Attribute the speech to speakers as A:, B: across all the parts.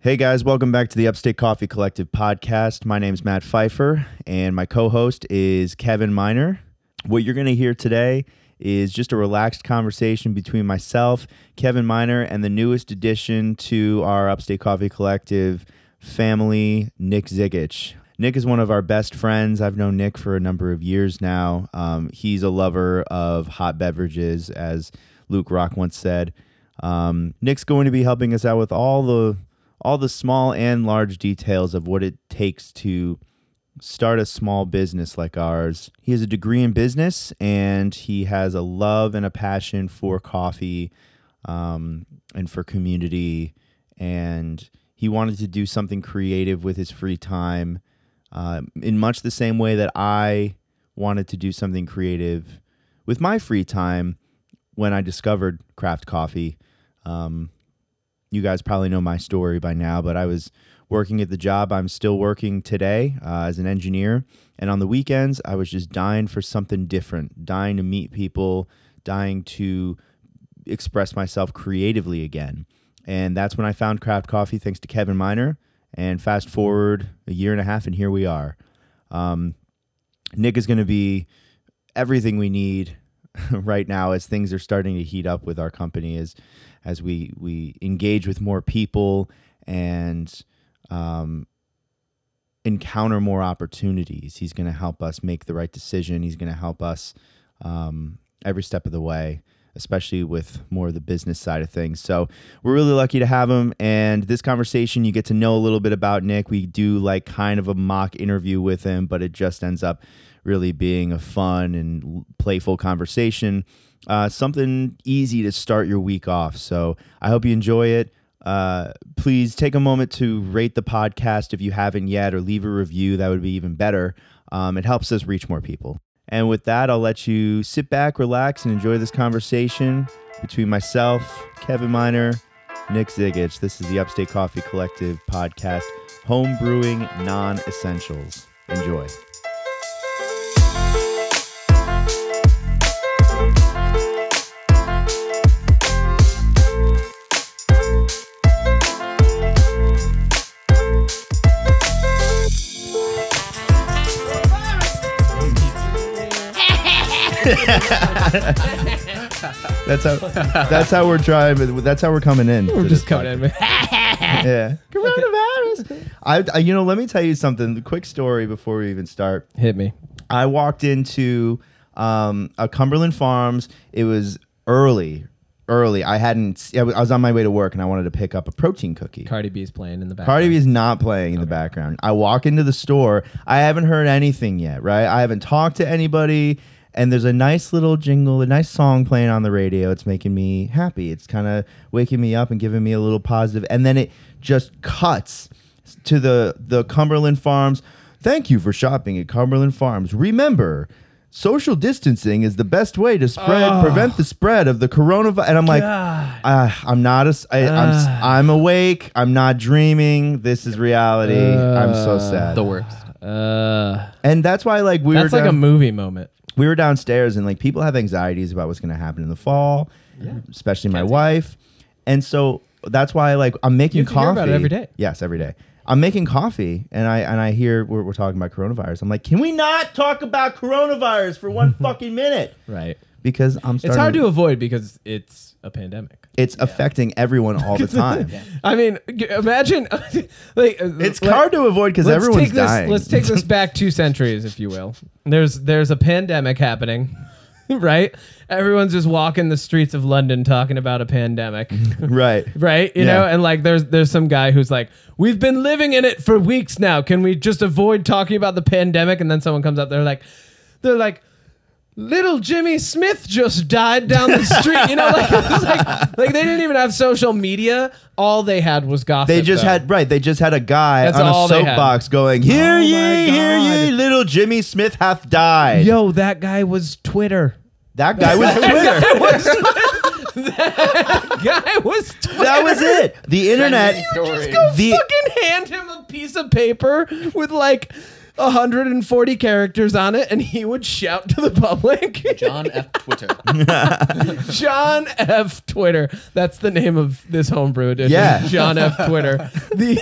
A: Hey guys, welcome back to the Upstate Coffee Collective podcast. My name's Matt Pfeiffer, and my co host is Kevin Miner. What you're going to hear today is just a relaxed conversation between myself, Kevin Miner, and the newest addition to our Upstate Coffee Collective family, Nick Zigich. Nick is one of our best friends. I've known Nick for a number of years now. Um, he's a lover of hot beverages, as Luke Rock once said. Um, Nick's going to be helping us out with all the all the small and large details of what it takes to start a small business like ours. He has a degree in business and he has a love and a passion for coffee um, and for community. And he wanted to do something creative with his free time um, in much the same way that I wanted to do something creative with my free time when I discovered craft coffee. Um, you guys probably know my story by now, but I was working at the job I'm still working today uh, as an engineer. And on the weekends, I was just dying for something different, dying to meet people, dying to express myself creatively again. And that's when I found craft coffee, thanks to Kevin Miner. And fast forward a year and a half, and here we are. Um, Nick is going to be everything we need right now as things are starting to heat up with our company as as we we engage with more people and um, encounter more opportunities. He's going to help us make the right decision. He's going to help us um, every step of the way, especially with more of the business side of things. So we're really lucky to have him. And this conversation, you get to know a little bit about Nick. We do like kind of a mock interview with him, but it just ends up really being a fun and l- playful conversation. Uh, something easy to start your week off. So I hope you enjoy it. Uh, please take a moment to rate the podcast if you haven't yet, or leave a review. That would be even better. Um, it helps us reach more people. And with that, I'll let you sit back, relax, and enjoy this conversation between myself, Kevin Miner, Nick Zigich. This is the Upstate Coffee Collective podcast, home brewing non essentials. Enjoy. That's how. That's how we're trying. But that's how we're coming in.
B: We're
A: to
B: just
A: this
B: coming in with
A: yeah. Coronavirus. I, I, you know, let me tell you something. The quick story before we even start.
B: hit me.
A: I walked into um, a Cumberland Farms. It was early, early. I hadn't. I was on my way to work, and I wanted to pick up a protein cookie.
B: Cardi B's playing in the back.
A: Cardi B is not playing in the background. I walk into the store. I haven't heard anything yet, right? I haven't talked to anybody. And there's a nice little jingle, a nice song playing on the radio. It's making me happy. It's kind of waking me up and giving me a little positive. And then it just cuts to the the Cumberland Farms. Thank you for shopping at Cumberland Farms. Remember, social distancing is the best way to spread prevent the spread of the coronavirus. And I'm like,
C: Ah,
A: uh, I'm not a, s- I, I'm, s-
B: Ah.
A: I'm awake. I'm not dreaming. This is reality. I'm so
B: Ah.
A: sad.
C: the worst.
B: Uh,
A: and that's why, like, we were
B: that's like a
A: down-
B: movie moment.
A: we were downstairs, and like people have anxieties about what's going to happen in the fall, especially my wife. And so that's why, like, I'm making
B: You have to
A: coffee
B: hear about it every day.
A: Yes, every day. I'm making coffee, and I and I hear we're, we're talking about coronavirus. I'm like, can we not talk about coronavirus for one fucking minute?
B: Right.
A: Because I'm starting.
B: It's hard to avoid because it's a pandemic.
A: It's affecting everyone all the time.
B: I mean, g- imagine like uh,
A: It's
B: let-
A: hard to avoid because
B: let's
A: everyone's
B: take this,
A: dying.
B: Let's take this back two centuries, if you will. There's there's a pandemic happening, right? Everyone's just walking the streets of London talking about a pandemic.
A: right.
B: right you
A: Yeah.
B: know and like there's there's some guy who's like we've been living in it for weeks now can we just avoid talking about the pandemic and then someone comes up they're like they're like little jimmy smith just died down the street you know like, it's like like they didn't even have social media all they had was gossip
A: They just
B: though.
A: had right. They just had a guy
B: That's
A: on a
B: all they had.
A: soapbox going, "Hear
B: Oh my
A: ye, hear ye,
B: God.
A: little Jimmy Smith hath died."
B: yo that guy was twitter
A: that guy was Twitter.
B: guy was twitter
A: that was it. The internet.
C: Story.
A: The
B: fucking hand him a piece of paper with like 140 characters on it, and he would shout to the public.
C: John F. Twitter.
B: John F. Twitter. That's the name of this homebrew edition.
A: Yeah.
B: John F. Twitter. The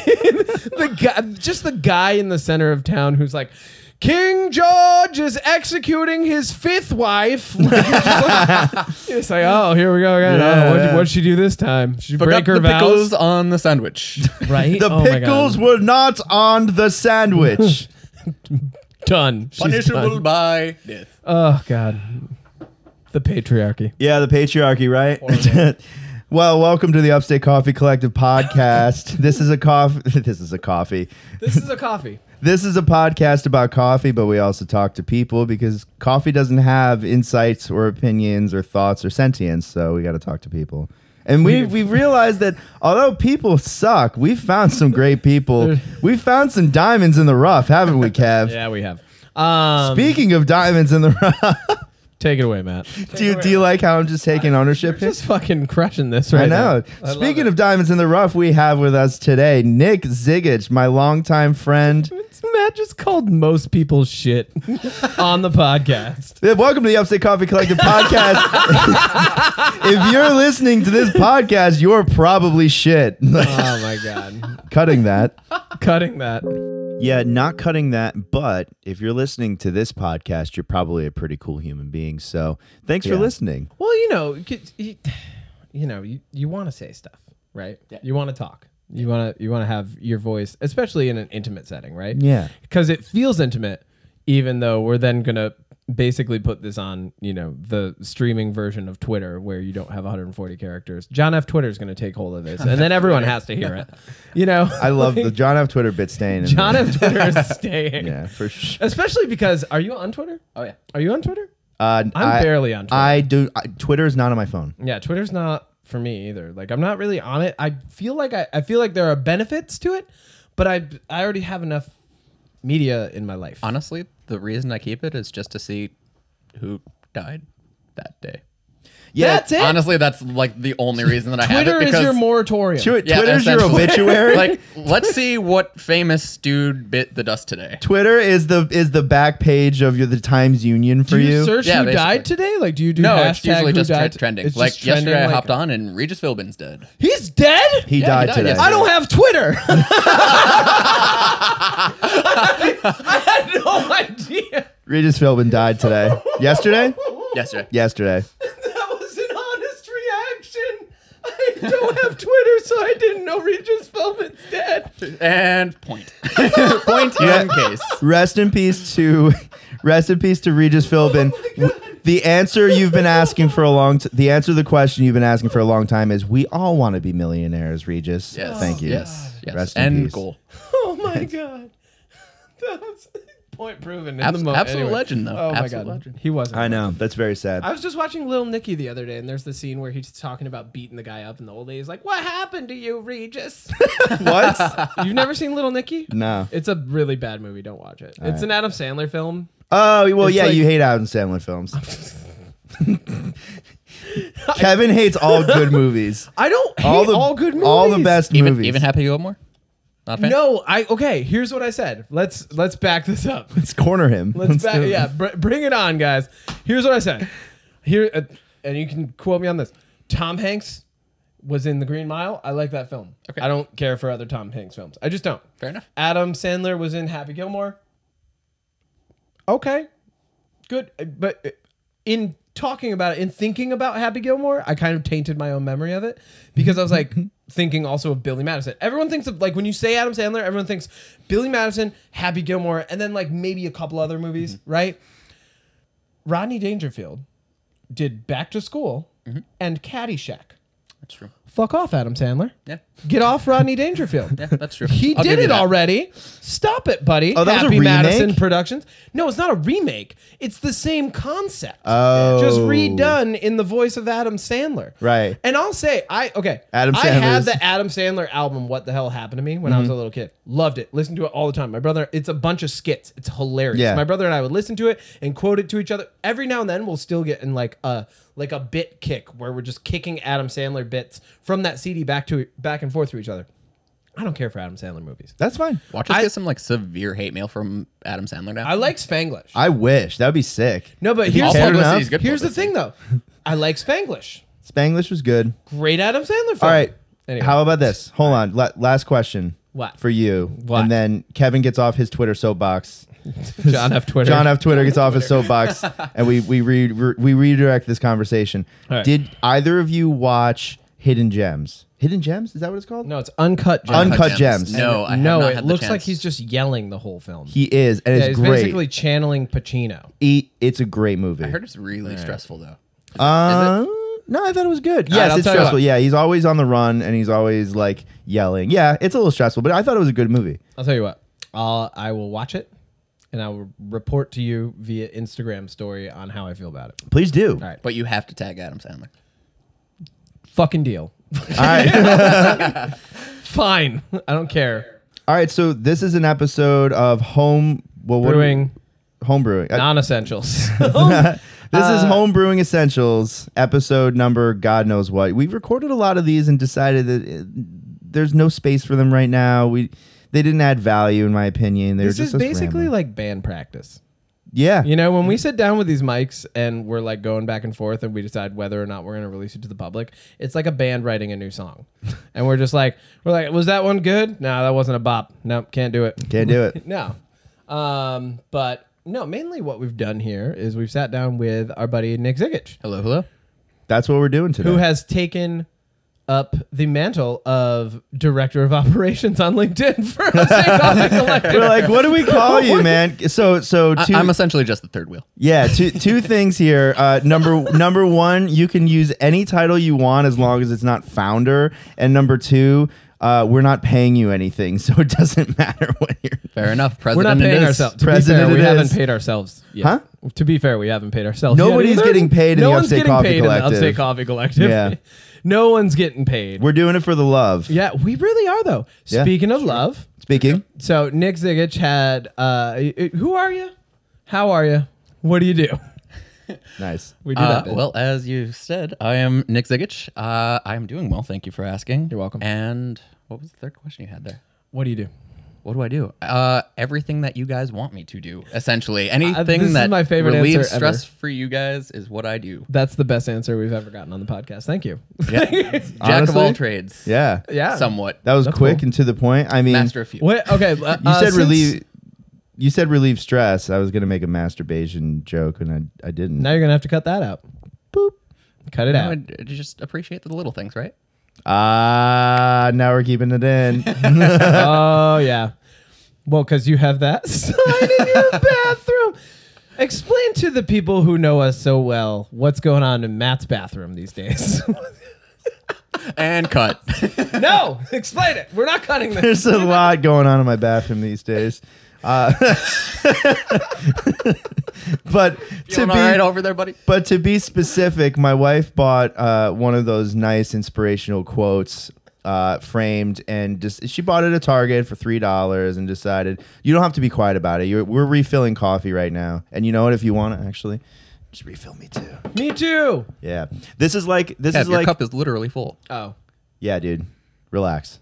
B: the guy, just the guy in the center of town who's like, King George is executing his fifth wife. it's like, oh, here we go again.
A: Yeah,
B: oh, what'd,
A: yeah.
B: what'd she do this time? Did She
C: Forgot
B: break her
C: the pickles
B: vows,
C: on the sandwich.
B: right?
A: The
B: Oh my God.
A: pickles were not on the sandwich.
B: done. She's
C: Punishable
B: done.
C: by death.
B: Oh God, the patriarchy.
A: yeah, the patriarchy, right? well, welcome to the Upstate Coffee Collective podcast. this is a coffee. This is a coffee.
B: This is a coffee.
A: This is a podcast about coffee, but we also talk to people because coffee doesn't have insights or opinions or thoughts or sentience. So we got to talk to people. And we we realized that although people suck, we found some great people. We found some diamonds in the rough, haven't we, Kev?
B: Yeah, we have. Um,
A: Speaking of diamonds in the rough,
B: take it away, Matt.
A: do you, do you like how I'm just taking ownership here?
B: Just fucking crushing this right
A: I know.
B: now. I
A: Speaking
B: love
A: of diamonds in the rough, we have with us today Nick Zigich, my longtime friend.
B: it. It's- Matt just called most people shit on the podcast.
A: Yeah, Welcome to the Upstate Coffee Collective podcast. if you're listening to this podcast, you're probably shit.
B: Oh my god,
A: cutting that.
B: cutting that.
A: Yeah, not cutting that, but if you're listening to this podcast, you're probably a pretty cool human being. So thanks for
C: Yeah.
A: listening.
B: Well, you know, you could- you, you know, you, you want to say stuff, right?
C: Yeah.
B: You want to talk. You want to you want to have your voice, especially in an intimate setting, right?
A: Yeah.
B: because it feels intimate, even though we're then gonna basically put this on, you know, the streaming version of Twitter where you don't have 140 characters. John F. Twitter is gonna take hold of this, and then everyone has to hear it. You know,
A: I love the John F. Twitter bit staying. in
B: John
A: there.
B: F. Twitter is staying,
A: Yeah, for sure.
B: especially because are you on Twitter?
C: Oh yeah.
B: Are you on Twitter?
A: Uh,
B: I'm
A: I-
B: barely on Twitter.
A: I do. I, Twitter is not on my phone.
B: Yeah, Twitter's not for me either. Like I'm not really on it. I feel like I, I feel like there are benefits to it, but I I already have enough media in my life.
C: Honestly, the reason I keep it is just to see who died that day.
A: Yeah.
B: That's it.
C: Honestly, that's like the only reason that I have it.
B: Twitter is
C: because-
B: your moratorium.
A: Twi-
C: Yeah,
A: Twitter's your
C: essentially.
A: obituary.
C: like, let's see what famous dude bit the dust today.
A: Twitter is the is the back page of your the Times Union for
B: do you,
A: you.
B: search
C: Yeah,
B: who
C: basically.
B: died today? Like, do you do
C: No,
B: hashtag
C: it's usually
B: who
C: just tre-
B: died?
C: trending.
B: It's
C: like
B: just
C: yesterday,
B: trending,
C: I
B: like-
C: hopped on and Regis Philbin's dead.
B: He's dead.
A: he,
C: Yeah, he
A: died
C: died
A: today.
C: yesterday.
B: I don't have Twitter. I had no idea.
A: Regis Philbin died today. yesterday?
C: Yesterday.
A: Yesterday.
B: That was an honest reaction. I don't have Twitter, so I didn't know Regis Philbin's dead.
C: And point. point in case.
A: Rest in peace to rest in peace to Regis Philbin.
B: Oh
A: the answer you've been asking for a long t- the answer to the question you've been asking for a long time is we all want to be millionaires, Regis.
C: Yes.
A: Thank you.
C: Yes. yes.
A: Rest in
C: and
A: peace.
C: goal.
B: Oh my god. That was point proven. In
C: Abs-
B: the moment.
C: absolute legend, though.
B: Oh
C: Absolute
B: my god,
C: legend.
B: he wasn't.
A: I know. That's very sad.
B: I was just watching Little Nicky the other day, and there's the scene where he's talking about beating the guy up, and the old lady's like, "What happened to you, Regis?"
A: what?
B: You've never seen Little Nicky?
A: No.
B: It's a really bad movie. Don't watch it. it's an Adam Sandler film.
A: Oh well,
B: It's
A: yeah.
B: like-
A: you hate Adam Sandler films. Kevin hates all good movies.
B: I don't hate
A: All
B: all,
A: the
B: good movies.
A: All the best
C: Even,
A: movies.
C: even Happy Gilmore? Not a fan?
B: No, I okay. Here's what I said. Let's let's back this up.
A: Let's corner him.
B: Let's back,
A: do it.
B: yeah, br- bring it on, guys. Here's what I said. Here, uh, and you can quote me on this. Tom Hanks was in The Green Mile. I like that film.
C: Okay.
B: I don't care for other Tom Hanks films. I just don't.
C: Fair enough.
B: Adam Sandler was in Happy Gilmore. Okay, good. Uh, But uh, in talking about it, in thinking about Happy Gilmore, I kind of tainted my own memory of it because I was like thinking also of Billy Madison. Everyone thinks of like when you say Adam Sandler, everyone thinks Billy Madison, Happy Gilmore, and then like maybe a couple other movies, right? Rodney Dangerfield did Back to School and Caddyshack.
C: That's true.
B: Fuck off, Adam Sandler.
C: Yeah.
B: Get off Rodney Dangerfield.
C: Yeah, that's true.
B: He
C: I'll give
B: did
C: you
B: it
C: that.
B: already. Stop it, buddy.
A: Oh, that was a
B: Happy
A: remake?
B: Madison Productions. No, it's not a remake. It's the same concept.
A: Oh.
B: Just redone in the voice of Adam Sandler.
A: Right.
B: And I'll say, I okay.
A: Adam
B: I had
A: Sandler's-
B: the Adam Sandler album, What the Hell Happened to Me, when
A: Mm-hmm.
B: I was a little kid. Loved it. Listened to it all the time. My brother, it's a bunch of skits. It's hilarious.
A: Yeah.
B: My brother and I would listen to it and quote it to each other. Every now and then we'll still get in like a like a bit kick where we're just kicking Adam Sandler bits from that CD back to back and forth to each other. I don't care for Adam Sandler movies.
A: That's fine.
C: Watch us
B: I-
C: get some like severe hate mail from Adam Sandler now.
B: I like Spanglish.
A: I wish that'd be sick.
B: no, but
A: If you
B: here's,
A: cared
C: publicity
A: enough,
C: is good
B: here's the
C: publicity.
B: thing though. I like Spanglish.
A: Spanglish was good.
B: Great Adam Sandler film.
A: All right.
B: Anyway.
A: How about this? Hold on. La- last question.
B: What?
A: for you?
B: What?
A: And then Kevin gets off his Twitter soapbox.
B: John F. Twitter.
A: John F. Twitter gets off his soapbox, and we we re- re- we redirect this conversation.
B: All right.
A: Did either of you watch Hidden Gems? Hidden Gems is that what it's called?
B: No, it's uncut. John.
A: Uncut Gems.
C: No, I have
B: no,
C: not
B: it
C: had the
B: looks like
C: chance.
B: he's just yelling the whole film.
A: He is, and
B: yeah,
A: it's
B: he's
A: great.
B: basically channeling Pacino.
A: Eat. It's a great movie.
C: I heard it's really stressful though.
A: Uh, no, I thought it was good.
B: right,
A: Yes,
B: I'll
A: it's
B: tell you
A: stressful.
B: what.
A: Yeah, he's always on the run and he's always like yelling. Yeah, it's a little stressful, but I thought it was a good movie.
B: I'll tell you what. I'll, I will watch it, and I will report to you via Instagram story on how I feel about it.
A: Please do.
B: right.
C: But you have to tag Adam Sandler.
B: Fucking deal.
A: All right.
B: Fine. I don't care.
A: All right. So this is an episode of home. Well, what
B: Brewing
A: home brewing. Uh,
B: non essentials.
A: this
B: uh,
A: is home brewing essentials episode number God knows what. We've recorded a lot of these and decided that uh there's no space for them right now. We they didn't add value in my opinion. They
B: this
A: were
B: is
A: just us
B: basically
A: rambling.
B: like band practice.
A: yeah.
B: You know, when we sit down with these mics and we're like going back and forth and we decide whether or not we're going to release it to the public, it's like a band writing a new song. and we're just like, we're like, was that one good? No, that wasn't a bop. Nope, can't do it.
A: Can't do it.
B: No. Um, but no, mainly what we've done here is we've sat down with our buddy Nick Zigich,
C: Hello, hello.
A: That's what we're doing today.
B: who has taken up the mantle of director of operations on LinkedIn for Jose Coffee Collective.
A: We're like, what do we call you, man? So, so
C: I,
A: two,
C: I'm essentially just the third wheel.
A: yeah, two, two things here. Uh, number number one, you can use any title you want as long as it's not founder. And number two, uh, we're not paying you anything, so it doesn't matter what you're.
C: Fair enough.
B: We're
C: President
B: not paying
C: it is.
B: ourselves. To be
A: President
B: fair,
A: it
B: we
A: is.
B: haven't paid ourselves yet.
A: Huh?
B: To be fair, we haven't paid ourselves. yet
A: Nobody's
B: either.
A: getting paid in
B: no
A: the
B: one's
A: Upstate
B: getting
A: Coffee
B: paid in the
A: Collective.
B: Upstate Coffee Collective.
A: Yeah.
B: no one's getting paid.
A: We're doing it for the love.
B: yeah, we really are though.
A: Yeah.
B: Speaking of love,
A: Speaking,
B: so Nick Zigich had. Uh, y- y- who are you? How are you? What do you do?
A: nice.
B: We do
C: Uh,
B: that. bit.
C: well, as you said, I am Nick Zigich. Uh, I am doing well. Thank you for asking.
B: You're welcome.
C: And what was the third question you had there?
B: what do you do?
C: What do I do? Uh, everything that you guys want me to do, essentially. Anything
B: this is
C: that
B: my favorite
C: relieves
B: answer ever.
C: stress for you guys is what I do.
B: That's the best answer we've ever gotten on the podcast. Thank you.
C: Yeah. Jack of
A: Honestly?
C: all trades.
A: Yeah,
B: yeah.
C: Somewhat.
A: that was
B: That's
A: quick
B: cool.
A: and to the point. I mean,
C: Master of few.
B: Wait, okay. uh,
A: you
B: uh,
A: said
B: since-
A: relieve. You said relieve stress. I was gonna make a masturbation joke, and I I didn't.
B: Now you're gonna have to cut that out.
A: Boop.
B: Cut it
C: I
B: out.
C: would just appreciate the little things, right?
A: Ah, now we're keeping it in.
B: oh yeah. Well, because you have that sign in your bathroom. Explain to the people who know us so well what's going on in Matt's bathroom these days.
C: And cut.
B: no, explain it. We're not cutting this.
A: There's a lot going on in my bathroom these days. Uh, but to
C: Feeling
A: be
C: all right over there, buddy?
A: but to be specific, my wife bought uh, one of those nice inspirational quotes uh, framed, and just she bought it at Target for three dollars, and decided you don't have to be quiet about it. You're, we're refilling coffee right now, and you know what? If you want to actually, just refill me too.
B: Me too.
A: Yeah, this is like this
C: Kev,
A: is
C: your
A: like
C: cup is literally full.
B: Oh,
A: yeah, dude, relax.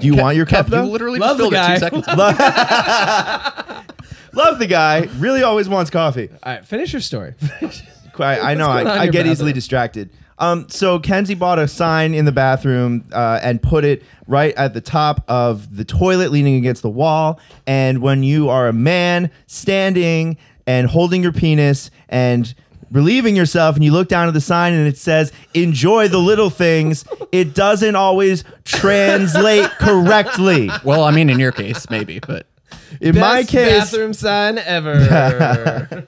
A: Do you want your cup
C: Kev,
A: though?
C: you literally
B: Love
C: just
B: the
C: filled it
B: guy.
C: two seconds.
A: Love the guy. Really always wants coffee.
B: all right. Finish your story.
A: I, I know.
B: going on in
A: I, I
B: your
A: get easily
B: bathroom?
A: distracted. Um, so Kenzie bought a sign in the bathroom uh, and put it right at the top of the toilet, leaning against the wall. And when you are a man standing and holding your penis and relieving yourself, and you look down at the sign and it says "Enjoy the little things," it doesn't always translate correctly.
C: well, I mean, in your case, maybe, but
A: In my
B: Best
A: case,
B: bathroom sign ever.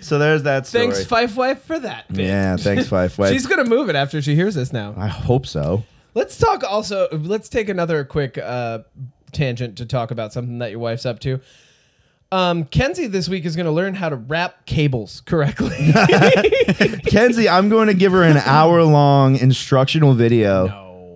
A: so there's that story.
B: Thanks, Fife Wife, for that. bit.
A: Yeah, thanks, Fife. Wait,
B: She's gonna move it after she hears this now.
A: I hope so.
B: Let's talk also. Let's take another quick uh, tangent to talk about something that your wife's up to. Um, Kenzie this week is going to learn how to wrap cables correctly.
A: Kenzie, I'm going to give her an hour long instructional video.
B: no,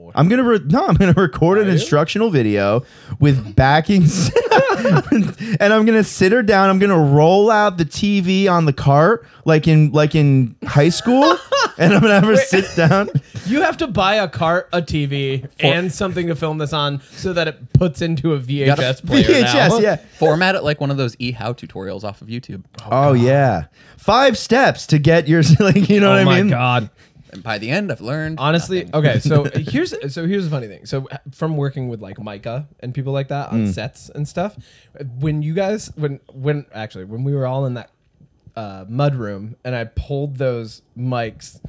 C: boy.
A: I'm gonna re- no, I'm gonna record an instructional video with backing, s- and I'm gonna sit her down. I'm gonna roll out the TV on the cart like in like in high school, and I'm gonna have her sit down.
B: You have to buy a cart, a TV, and something to film this on so that it puts into a VHS player. now.
A: VHS, yeah.
C: Format it like one of those e-how tutorials off of YouTube.
A: Oh, yeah, five steps to get your like you know
B: Oh
A: what
B: my
A: I mean.
B: god.
C: And by the end, I've learned.
B: Honestly,
C: nothing.
B: okay. So here's so here's the funny thing. So uh, from working with like Micah and people like that on sets and stuff, when you guys when when actually when we were all in that uh, mud room and I pulled those mics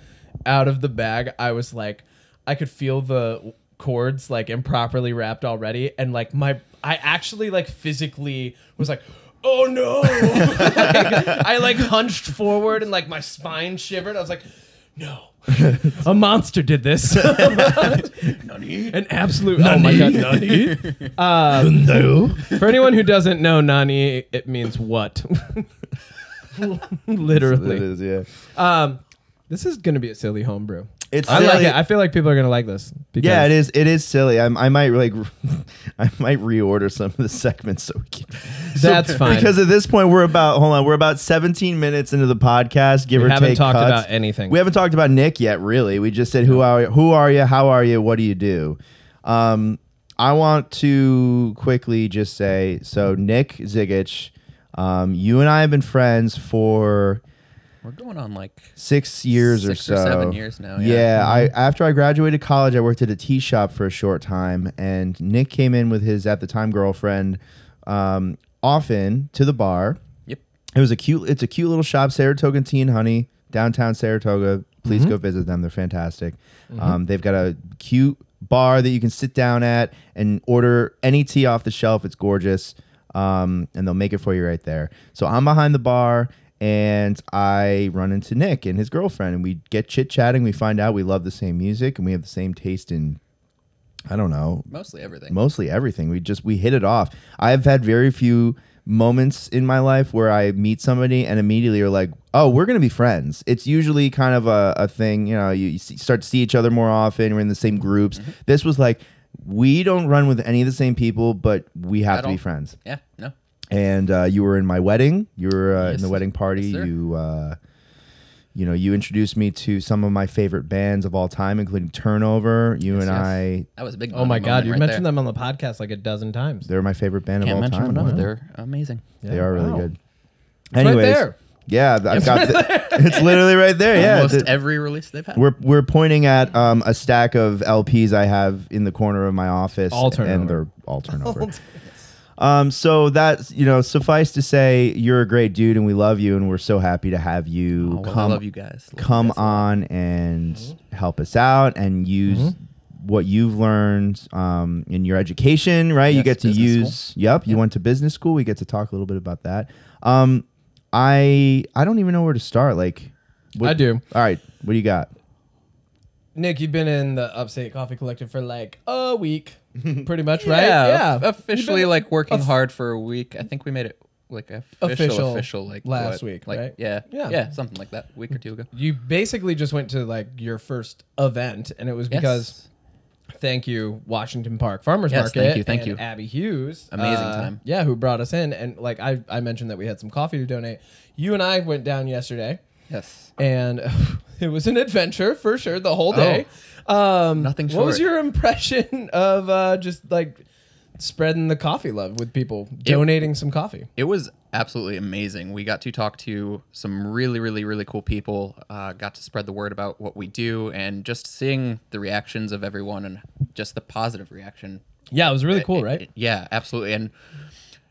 B: out of the bag, I was like, I could feel the cords like improperly wrapped already, and like my I actually like physically was like. Oh no! Like, I like hunched forward and like my spine shivered. I was like, "No, a monster did this. An absolute. Oh my god.
A: No.
B: For anyone who doesn't know Nani, it means what?
A: It
B: Literally.
A: is, yeah.
B: Um, this is gonna be a silly homebrew.
A: It's
B: I like
A: silly.
B: it. I feel like people are gonna like this. Because
A: yeah, it is. It is silly. I, I might like, I might reorder some of the segments so we can. so-
B: That's fine.
A: Because at this point we're about hold on we're about 17 minutes into the podcast. Give
B: we
A: or
B: haven't
A: take
B: talked
A: cuts.
B: about anything.
A: We haven't talked about Nick yet, really. We just said who are who are you, how are you, what do you do. Um, I want to quickly just say so Nick Zigich, um, you and I have been friends for
C: We're going on like
A: six years
C: Six
A: or
C: or
A: so.
C: seven years now, yeah. Mm-hmm.
A: I after I graduated college, I worked at a tea shop for a short time, and Nick came in with his at the time girlfriend, um, often to the bar.
C: yep.
A: It was a cute. It's a cute little shop, Saratoga Tea and Honey, downtown Saratoga. Please go visit them; they're fantastic. Um, they've got a cute bar that you can sit down at and order any tea off the shelf. It's gorgeous, um, and they'll make it for you right there. So I'm behind the bar, and I run into Nick and his girlfriend, and we get chit chatting. We find out we love the same music, and we have the same taste in. I don't know
C: Mostly everything.
A: mostly everything. We just we hit it off. I've had very few moments in my life where I meet somebody and immediately are like, "Oh, we're gonna be friends." It's usually kind of a, a thing, you know. You, you see, start to see each other more often. We're in the same groups.
C: Mm-hmm.
A: This was like, we don't run with any of the same people, but we have
C: At
A: to be
C: all.
A: friends.
C: yeah. No.
A: And uh, you were in my wedding. You were uh, in
C: Yes,
A: the wedding
C: yes,
A: party.
C: sir.
A: you. Uh, you know, you introduced me to some of my favorite bands of all time, including Turnover. You and
C: yes.
A: I,
C: That was a big.
B: Oh my god, you
C: right
B: mentioned
C: there.
B: them on the podcast like a dozen times.
A: they're my favorite band
C: Can't
A: of all
C: mention
A: time.
C: them enough.
A: Wow.
C: They're amazing.
A: They are really
B: Wow.
A: good.
B: right
A: Anyways,
B: there.
A: yeah, I've I've got the, it's literally right there. Yeah,
C: Almost e-
A: The-
C: every release they've had.
A: we're we're pointing at um, a stack of LPs I have in the corner of my office,
B: All
A: and
B: turnover.
A: they're all turnover. Um, so that's you know, suffice to say, you're a great dude, and we love you, and we're so happy to have you
C: Oh, well, I
A: come
C: love you guys. Love you
A: come
C: guys.
A: on and
B: Mm-hmm.
A: help us out and use what you've learned um, in your education, right? you
C: Yes,
A: get to
C: business
A: use. Yep, you went to business school. We get to talk a little bit about that. Um, I I don't even know where to start. Like, what,
B: I do.
A: All right, what do you got?
B: Nick, you've been in the Upstate Coffee Collective for like a week, pretty much, right?
C: Yeah.
B: You've
C: Officially,
B: been-
C: like working
B: Of-
C: hard for a week. I think we made it like official,
B: Official
C: official, like
B: last
C: what,
B: week,
C: Like
B: right?
C: yeah,
B: Yeah.
C: yeah, something like that. A week or two ago.
B: you basically just went to like your first event, and it was because
C: Yes.
B: thank you Washington Park Farmers
C: Yes,
B: Market.
C: thank you, thank
B: and
C: you.
B: Abby Hughes, uh,
C: Amazing time.
B: Yeah, who brought us in, and like I, I mentioned that we had some coffee to donate. You and I went down yesterday,
C: yes,
B: and it was an adventure for sure the whole day. um,
C: Oh. Nothing
B: What was
C: short.
B: your impression of uh, just like spreading the coffee love with people, donating some coffee?
C: it was absolutely amazing. We got to talk to some really, really, really cool people. Uh, got to spread the word about what we do, and just seeing the reactions of everyone, and just the positive reaction
B: Yeah, Uh, it was really cool,
C: It-
B: right?
C: it- yeah, absolutely. And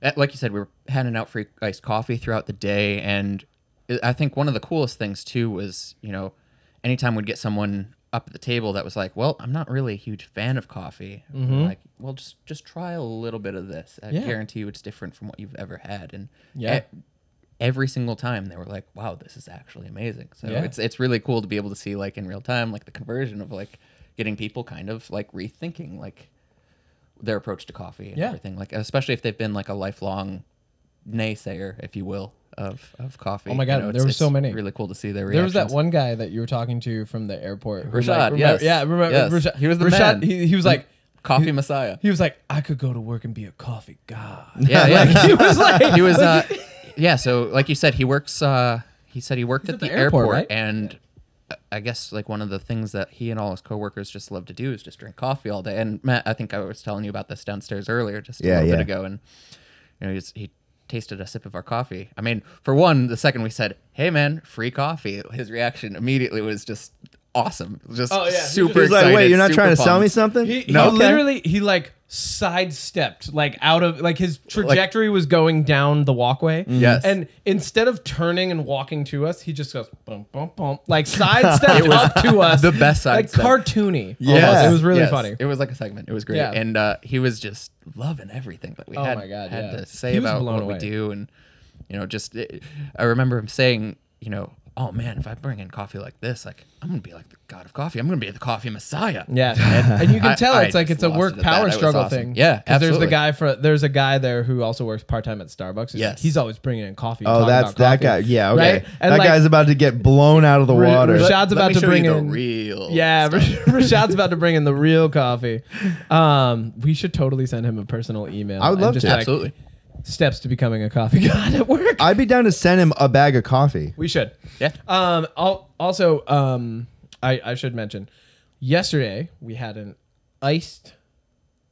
C: uh, like you said, we were handing out free iced coffee throughout the day, and I- I think one of the coolest things too was you know, anytime we'd get someone up at the table that was like, "Well, I'm not really a huge fan of coffee," and we're like, "Well, just just try a little bit of this. I
B: Mm-hmm. Yeah.
C: guarantee you, it's different from what you've ever had." And
B: Yeah.
C: e- Every single time they were like, "Wow, this is actually amazing." So
B: Yeah.
C: it's it's really cool to be able to see like in real time like the conversion of like getting people kind of like rethinking like their approach to coffee and
B: Yeah.
C: everything. Like especially if they've been like a lifelong naysayer, if you will, of, of coffee.
B: Oh my God,
C: it's-
B: there were
C: it's
B: so many.
C: Really cool to see their
B: There was
C: reactions.
B: that one guy that you were talking to from the airport. who,
C: Rashad,
B: remember-
C: yes.
B: yeah, remember
C: Yes.
B: Rashad?
C: He was the
B: Rashad,
C: man.
B: He, he was like,
C: coffee messiah.
B: he was like, I could go to work and be a coffee god.
C: Yeah, yeah.
B: he was like,
C: he was uh, yeah so like you said he works uh he said he worked at, the, airport,
B: right?
C: and uh, i guess like one of the things that he and all his coworkers just love to do is just drink coffee all day and matt i think i was telling you about this downstairs earlier just a
A: Yeah,
C: little
A: yeah.
C: bit ago and you know he's, he tasted a sip of our coffee i mean for one the second we said hey man free coffee his reaction immediately was just awesome just
B: Oh, yeah. He just-
C: super
A: He's like,
C: excited,
A: wait, you're not
C: super
A: trying to sell me
C: pumped."
A: something?
B: He, he
A: no, okay.
B: literally he like sidestepped like out of like his trajectory was going down the walkway.
C: Mm-hmm. Yes.
B: And instead of turning and walking to us, he just goes bum bum bum like sidestepped up to us.
C: the best
B: like
C: sidestep.
B: cartoony.
A: Yeah.
B: almost. Oh, It was really
C: Yes,
B: funny.
C: It was like a segment. It was great,
B: Yeah. Oh
C: and uh, he was just loving everything that we had,
B: my God,
C: had
B: yeah.
C: to say
B: He was
C: about
B: blown
C: what
B: away.
C: we do, and you know, just it, I remember him saying, you know, oh man, if I bring in coffee like this, like I'm gonna be like the god of coffee. I'm gonna be the coffee messiah.
B: Yeah, and you can
C: I-
B: tell
C: I
B: it's like
C: just
B: it's a
C: lost
B: work
C: it at that. It
B: power
C: was
B: struggle
C: awesome.
B: thing.
C: Yeah,
B: 'Cause there's the
C: absolutely.
B: guy for there's a guy there who also works part time at Starbucks. He's-
C: Yes.
B: he's always bringing in coffee.
A: Oh,
B: talking
A: that's
B: about
A: that
B: coffee.
A: guy. Yeah, okay.
B: Right? And
A: That
B: like-
A: guy's about to get blown out of the
B: Ra-
A: water.
B: Rashad's
C: Let
B: about
C: me
B: to
C: show
B: bring
C: you the
B: in
C: real
B: Yeah,
C: stuff.
B: Rashad's about to bring in the real coffee. Um, we should totally send him a personal email.
A: I would
B: and
A: love
B: just,
A: to.
B: like,
C: absolutely.
B: steps to becoming a coffee god at work.
A: I'd be down to send him a bag of coffee.
B: we should.
C: Yeah.
B: Um. al- Also, um, I I should mention, yesterday we had an iced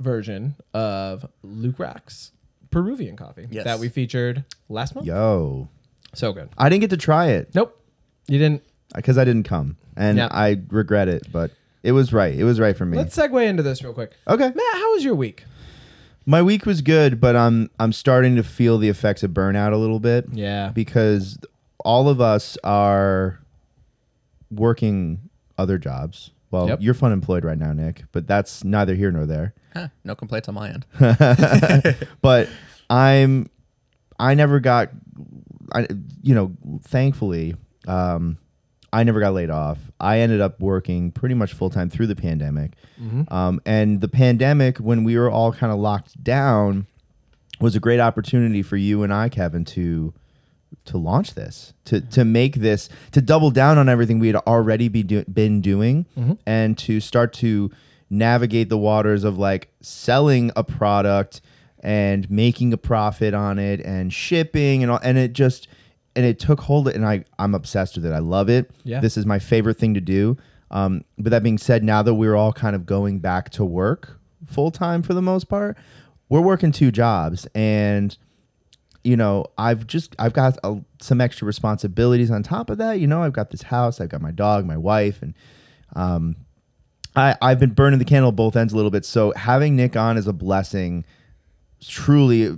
B: version of Luke Rock's Peruvian coffee
C: Yes.
B: that we featured last month.
A: Yo.
B: So good.
A: I didn't get to try it
B: Nope, you didn't.
A: because I didn't come. And
B: Yeah.
A: I regret it, but it was right. It was right for me.
B: Let's segue into this real quick.
A: okay.
B: Matt, how was your week?
A: My week was good, but I'm I'm starting to feel the effects of burnout a little bit.
B: Yeah.
A: Because all of us are working other jobs. Well,
B: Yep.
A: you're fun employed right now, Nick, but that's neither here nor there.
C: Huh, no complaints on my end.
A: but I'm I never got I you know thankfully um I never got laid off. I ended up working pretty much full time through the pandemic. Um, and the pandemic, when we were all kind of locked down, was a great opportunity for you and I, Kevin, to to launch this, to to make this, to double down on everything we had already be do- been doing, and to start to navigate the waters of like selling a product and making a profit on it and shipping and all, and it just and it took hold and I I'm obsessed with it. I love it.
B: Yeah.
A: This is my favorite thing to do. Um, but that being said, now that we're all kind of going back to work full time for the most part, we're working two jobs and you know, I've just I've got uh some extra responsibilities on top of that. You know, I've got this house, I've got my dog, my wife, and um, I I've been burning the candle at both ends a little bit. So having Nick on is a blessing, truly.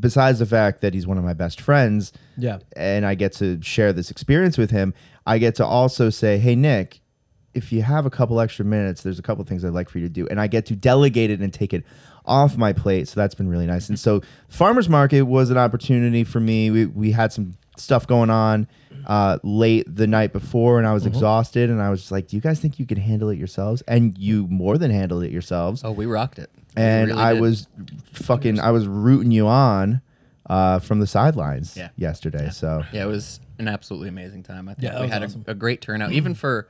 A: Besides the fact that he's one of my best friends,
B: Yeah.
A: and I get to share this experience with him, I get to also say, hey Nick. If you have a couple extra minutes, there's a couple things I'd like for you to do, and I get to delegate it and take it off my plate. So that's been really nice. And so, farmers market was an opportunity for me. We we had some stuff going on uh, late the night before, and I
C: Mm-hmm.
A: was exhausted. And I was just like, "Do you guys think you could handle it yourselves?" And you more than handled it yourselves
C: Oh, we rocked it. We
A: and
C: really
A: I
C: did.
A: was fucking I was rooting you on uh, from the sidelines
C: Yeah.
A: yesterday. So
C: Yeah, it was an absolutely amazing time. I think
B: Yeah, that
C: we
B: was
C: had
B: awesome. Mm.
C: a, a great turnout, even for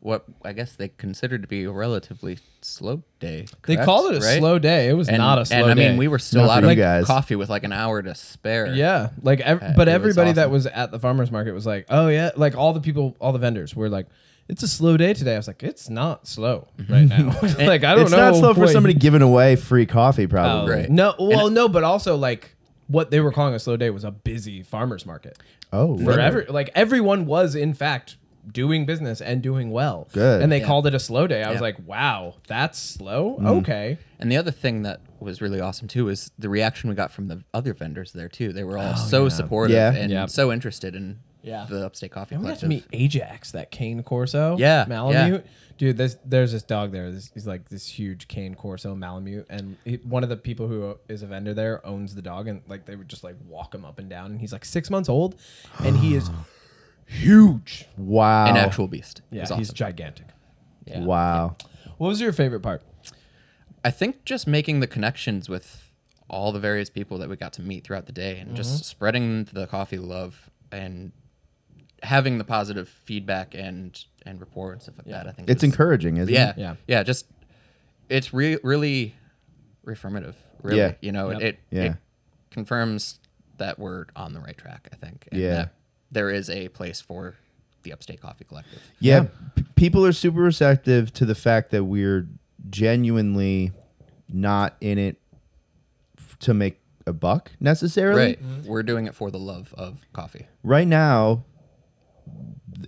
C: what I guess they considered to be a relatively slow day.
B: They
C: correct?
B: called it a
C: Right?
B: slow day. It was
C: And,
B: not a slow
C: and I
B: day.
C: mean, we were still
A: Not
C: out
A: for
C: of
A: you guys.
C: coffee with like an hour to spare.
B: Yeah, like ev- but
C: it was
B: everybody that
C: awesome.
B: was at the farmers market was like, "Oh yeah," like all the people, all the vendors were like, "It's a slow day today." I was like, "It's not slow
C: Mm-hmm.
B: right now." like I don't
A: it's
B: know.
A: not slow for
B: what-
A: somebody giving away free coffee,
B: Oh,
A: probably.
C: Right.
B: No, well, no, but also like what they were calling a slow day was a busy farmers market.
A: Oh,
B: For
A: word.
B: every like everyone was in fact doing business and doing well.
A: Good.
B: And they
C: Yeah.
B: called it a slow day. I was
C: Yeah.
B: like, "Wow, that's slow."
A: Mm.
B: Okay.
C: And the other thing that was really awesome too is the reaction we got from the other vendors there too. They were all
B: Oh,
C: so supportive
A: Yeah.
C: and
B: Yeah.
C: so interested in
B: Yeah.
C: the Upstate Coffee
B: And we got to
C: Collective.
B: meet Oh, Ajax, that cane corso.
C: Yeah,
B: Malamute. Dude, this, there's this dog there. This, he's like this huge cane corso Malamute, and he, one of the people who is a vendor there owns the dog, and like they would just like walk him up and down, and he's like six months old, and he is huge.
A: Wow.
C: An actual beast. It
B: Oh. Yeah,
C: was awesome.
B: he's gigantic.
C: Yeah.
A: Wow.
B: What was your favorite part?
C: I think just making the connections with all the various people that we got to meet throughout the day and
B: Mm-hmm.
C: just spreading the coffee love and having the positive feedback and and rapport and stuff like that. I think
A: It's
C: was-
A: encouraging, isn't
C: yeah,
A: it?
B: Yeah.
C: yeah, yeah. Just it's re- really reaffirmative. Really,
A: Yeah.
C: you know,
B: Yep.
C: it
A: Yeah.
C: it confirms that we're on the right track. I think. and
A: Yeah.
C: that there is a place for the Upstate Coffee Collective.
A: Yeah. p- people are super receptive to the fact that we're genuinely not in it f- to make a buck necessarily.
C: Right, we're doing it for the love of coffee.
A: right now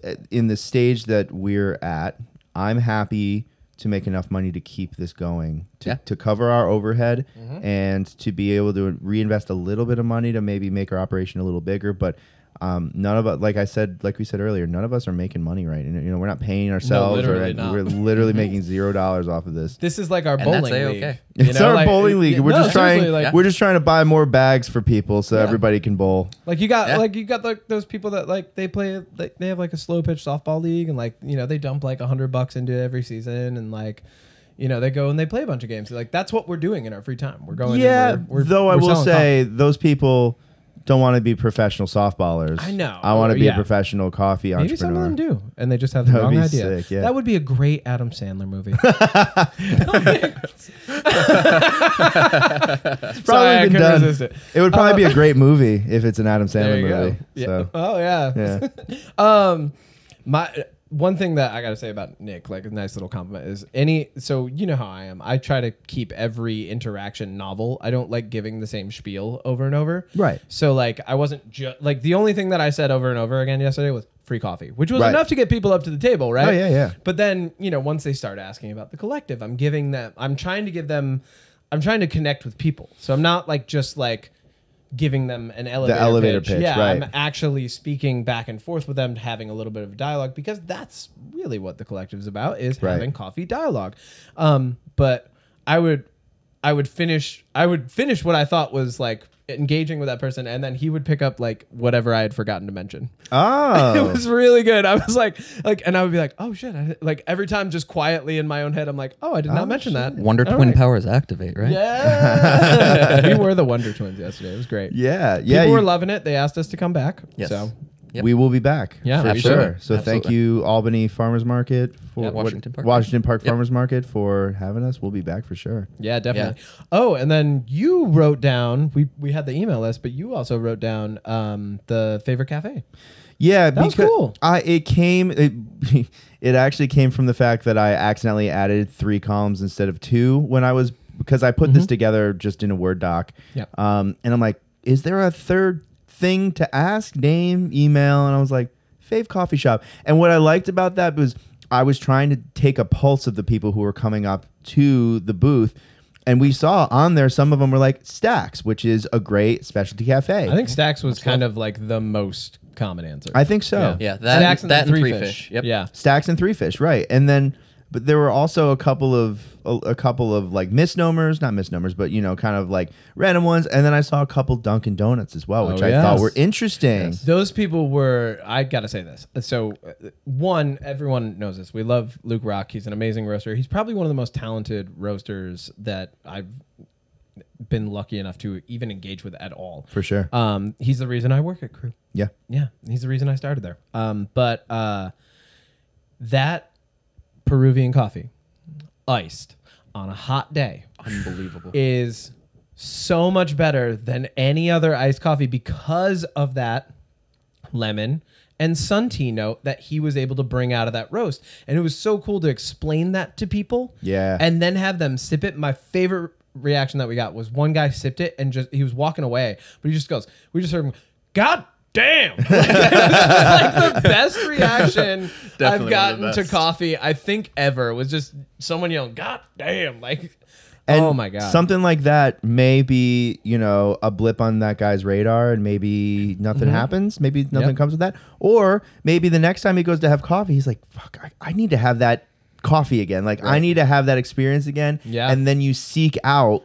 A: th- in the stage that we're at i'm happy to make enough money to keep this going to,
C: Yeah.
A: to cover our overhead
B: Mm-hmm.
A: and to be able to reinvest a little bit of money to maybe make our operation a little bigger but um, none of us like i said like we said earlier none of us are making money right and you know we're not paying ourselves or
B: literally not.
A: we're literally making zero dollars off of this
B: This is like our
C: that's
B: bowling league.
C: A-okay.
B: you
A: it's
B: know,
A: our
B: like-
A: bowling league
B: Yeah,
A: we're
B: no,
A: just trying
B: seriously, like,
A: we're just trying to buy more bags for people so everybody can bowl
B: Like you got
C: Yeah.
B: like you got like those people that like they play like they have like a slow pitch softball league and like you know they dump like a hundred bucks into it every season and like you know they go and they play a bunch of games. Like that's what we're doing in our free time. We're going. and
A: Yeah,
B: we're- we're-
A: though I
B: we're
A: will
B: selling
A: say those people don't want to be professional softballers.
B: I know.
A: I want to be
B: Yeah.
A: a professional coffee
B: coffee. Maybe
A: entrepreneur.
B: some of them do, and they just have the
A: That would
B: wrong
A: be
B: idea.
A: sick, yeah.
B: That would be a great Adam Sandler movie.
A: It's probably
B: Sorry, I
A: been
B: couldn't
A: done.
B: resist it. Uh,
A: would probably be a great movie if it's an Adam
B: There
A: Sandler
B: you go.
A: movie.
B: Yeah.
A: So
B: Oh yeah.
A: yeah,
B: um my one thing that i gotta say about nick like a nice little compliment is any so you know how i am i try to keep every interaction novel i don't like giving the same spiel over and over
A: Right.
B: so like i wasn't ju- like the only thing that i said over and over again yesterday was free coffee which was
A: Right.
B: enough to get people up to the table right
A: Oh, yeah, yeah.
B: but then you know once they start asking about the collective i'm giving them i'm trying to give them i'm trying to connect with people so i'm not like just like giving them an elevator,
A: elevator pitch,
B: yeah
A: right.
B: i'm actually speaking back and forth with them, having a little bit of dialogue because that's really what the collective is about is
A: Right.
B: having coffee dialogue. Um, but I would I would finish I would finish what I thought was like engaging with that person and then he would pick up like whatever I had forgotten to mention.
A: oh,
B: It was really good. I was like like and I would be like, "Oh shit." I, like every time just quietly in my own head I'm like, "Oh, I did not mention that."
C: Wonder
B: All
C: Twin
B: right.
C: powers activate, right?
B: Yeah. we were the Wonder Twins yesterday. It was great.
A: yeah, yeah.
B: People were
A: you-
B: loving it. They asked us to come back.
C: Yes.
B: So
C: Yep.
A: we will be back.
B: Yeah,
A: for
C: absolutely.
A: sure. So thank
C: Absolutely.
A: you, Albany Farmers Market for
C: Yeah,
A: what-
C: Washington Park.
A: Washington Park
C: Yep.
A: Farmers Market for having us. We'll be back for sure.
B: Yeah, definitely. Oh, and then you wrote down we we had the email list, but you also wrote down um the favorite cafe.
A: Yeah,
B: That was
A: because
B: cool.
A: I it came it, it actually came from the fact that I accidentally added three columns instead of two when I was because I put this together just in a Word doc.
B: Mm-hmm. Yeah.
A: Um, and I'm like, is there a third thing to ask? Name, email, and I was like, fave coffee shop. And what I liked about that was I was trying to take a pulse of the people who were coming up to the booth. And we saw on there some of them were like Stacks, which is a great specialty cafe.
B: I think Stacks was kind of like the most common answer.
A: I think so.
C: Yeah, that- that and Three Fish. Yep.
B: Yeah.
A: Stacks and Three Fish, right? And then, but there were also a couple of a, a couple of like misnomers, not misnomers, but you know, kind of like random ones. And then I saw a couple Dunkin' Donuts as well, which
B: Oh,
A: I
B: yes.
A: thought were interesting.
B: Those people were. I gotta say this. So, uh, one, everyone knows this. We love Luke Rock. He's an amazing roaster. He's probably one of the most talented roasters that I've been lucky enough to even engage with at all.
A: For sure.
B: Um, he's the reason I work at Crew.
A: Yeah,
B: Yeah, he's the reason I started there. Um, but uh, that Peruvian coffee, iced on a hot day,
C: Unbelievable.
B: is so much better than any other iced coffee because of that lemon and sun tea note that he was able to bring out of that roast. And it was so cool to explain that to people.
A: Yeah.
B: And then have them sip it. My favorite reaction that we got was one guy sipped it and just he was walking away, but he just goes, we just heard him, God damn. Like, it was just like the best reaction
C: Definitely one of
B: I've
C: the
B: gotten to
C: best.
B: coffee I think ever was just someone yelling, God damn. Like
A: and
B: oh my god.
A: something like that may be you know a blip on that guy's radar, and maybe nothing happens, maybe nothing
B: Mm-hmm. Yep.
A: comes of that, or maybe the next time he goes to have coffee, he's like, "Fuck, I, I need to have that." coffee again like i need to have that experience again
B: Yeah.
A: and then you seek out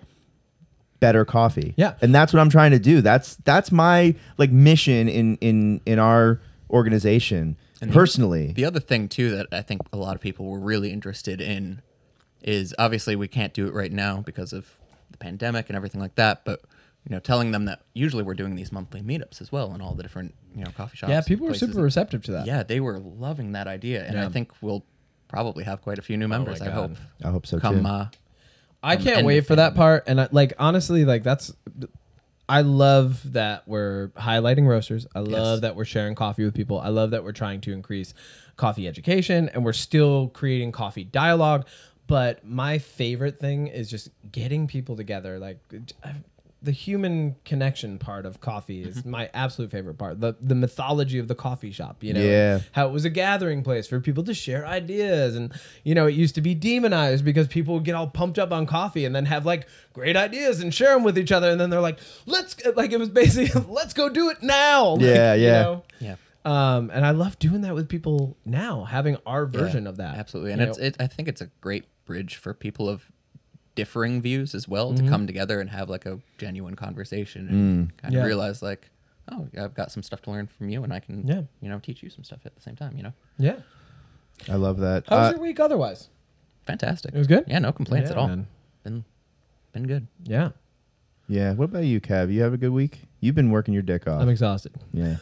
A: better coffee.
B: Yeah.
A: And that's what I'm trying to do. That's that's my like mission in in in our organization personally.
C: The other thing too that I think a lot of people were really interested in is obviously we can't do it right now because of the pandemic and everything like that. But you know, telling them that usually we're doing these monthly meetups as well in all the different you know coffee shops.
B: Yeah,
C: and
B: people were
C: places.
B: super receptive to that.
C: Yeah, they were loving that idea, and
B: Yeah. Oh,
C: I think we'll probably have quite a few new members. I
B: God.
C: hope.
A: I hope so
C: Come,
A: too.
C: uh,
B: I can't
C: and
B: wait
C: the
B: for that part. And I, like honestly, like that's I love that we're highlighting roasters. I love that we're sharing coffee with people. I love that we're trying to increase coffee education and we're still creating coffee dialogue. But my favorite thing is just getting people together. Like I- the human connection part of coffee is
C: Mm-hmm.
B: my absolute favorite part. The the mythology of the coffee shop, you know.
A: Yeah.
B: How it was a gathering place for people to share ideas and you know, it used to be demonized because people would get all pumped up on coffee and then have like great ideas and share them with each other and then they're like, "Let's like it was basically, let's go do it now." Like,
A: Yeah,
B: you
A: yeah.
B: know?
C: yeah,
B: Um, and I love doing that with people now, having our version of that.
C: absolutely. And
B: You
C: it's
B: know?
C: it, I think it's a great bridge for people of differing views as well
B: Mm-hmm.
C: to come together and have like a genuine conversation and kind
B: Mm. Yeah.
C: of realize like, oh, I've got some stuff to learn from you, and I can
B: Yeah.
C: you know teach you some stuff at the same time. You know,
B: yeah.
A: I love that.
B: How was
A: Uh,
B: your week otherwise?
C: fantastic.
B: It was good?
C: Yeah, no complaints
B: Yeah,
C: at all.
B: man.
C: Been been good.
B: Yeah.
A: yeah. What about you, Cav? You have a good week? You've been working your dick off.
B: I'm exhausted.
A: yeah.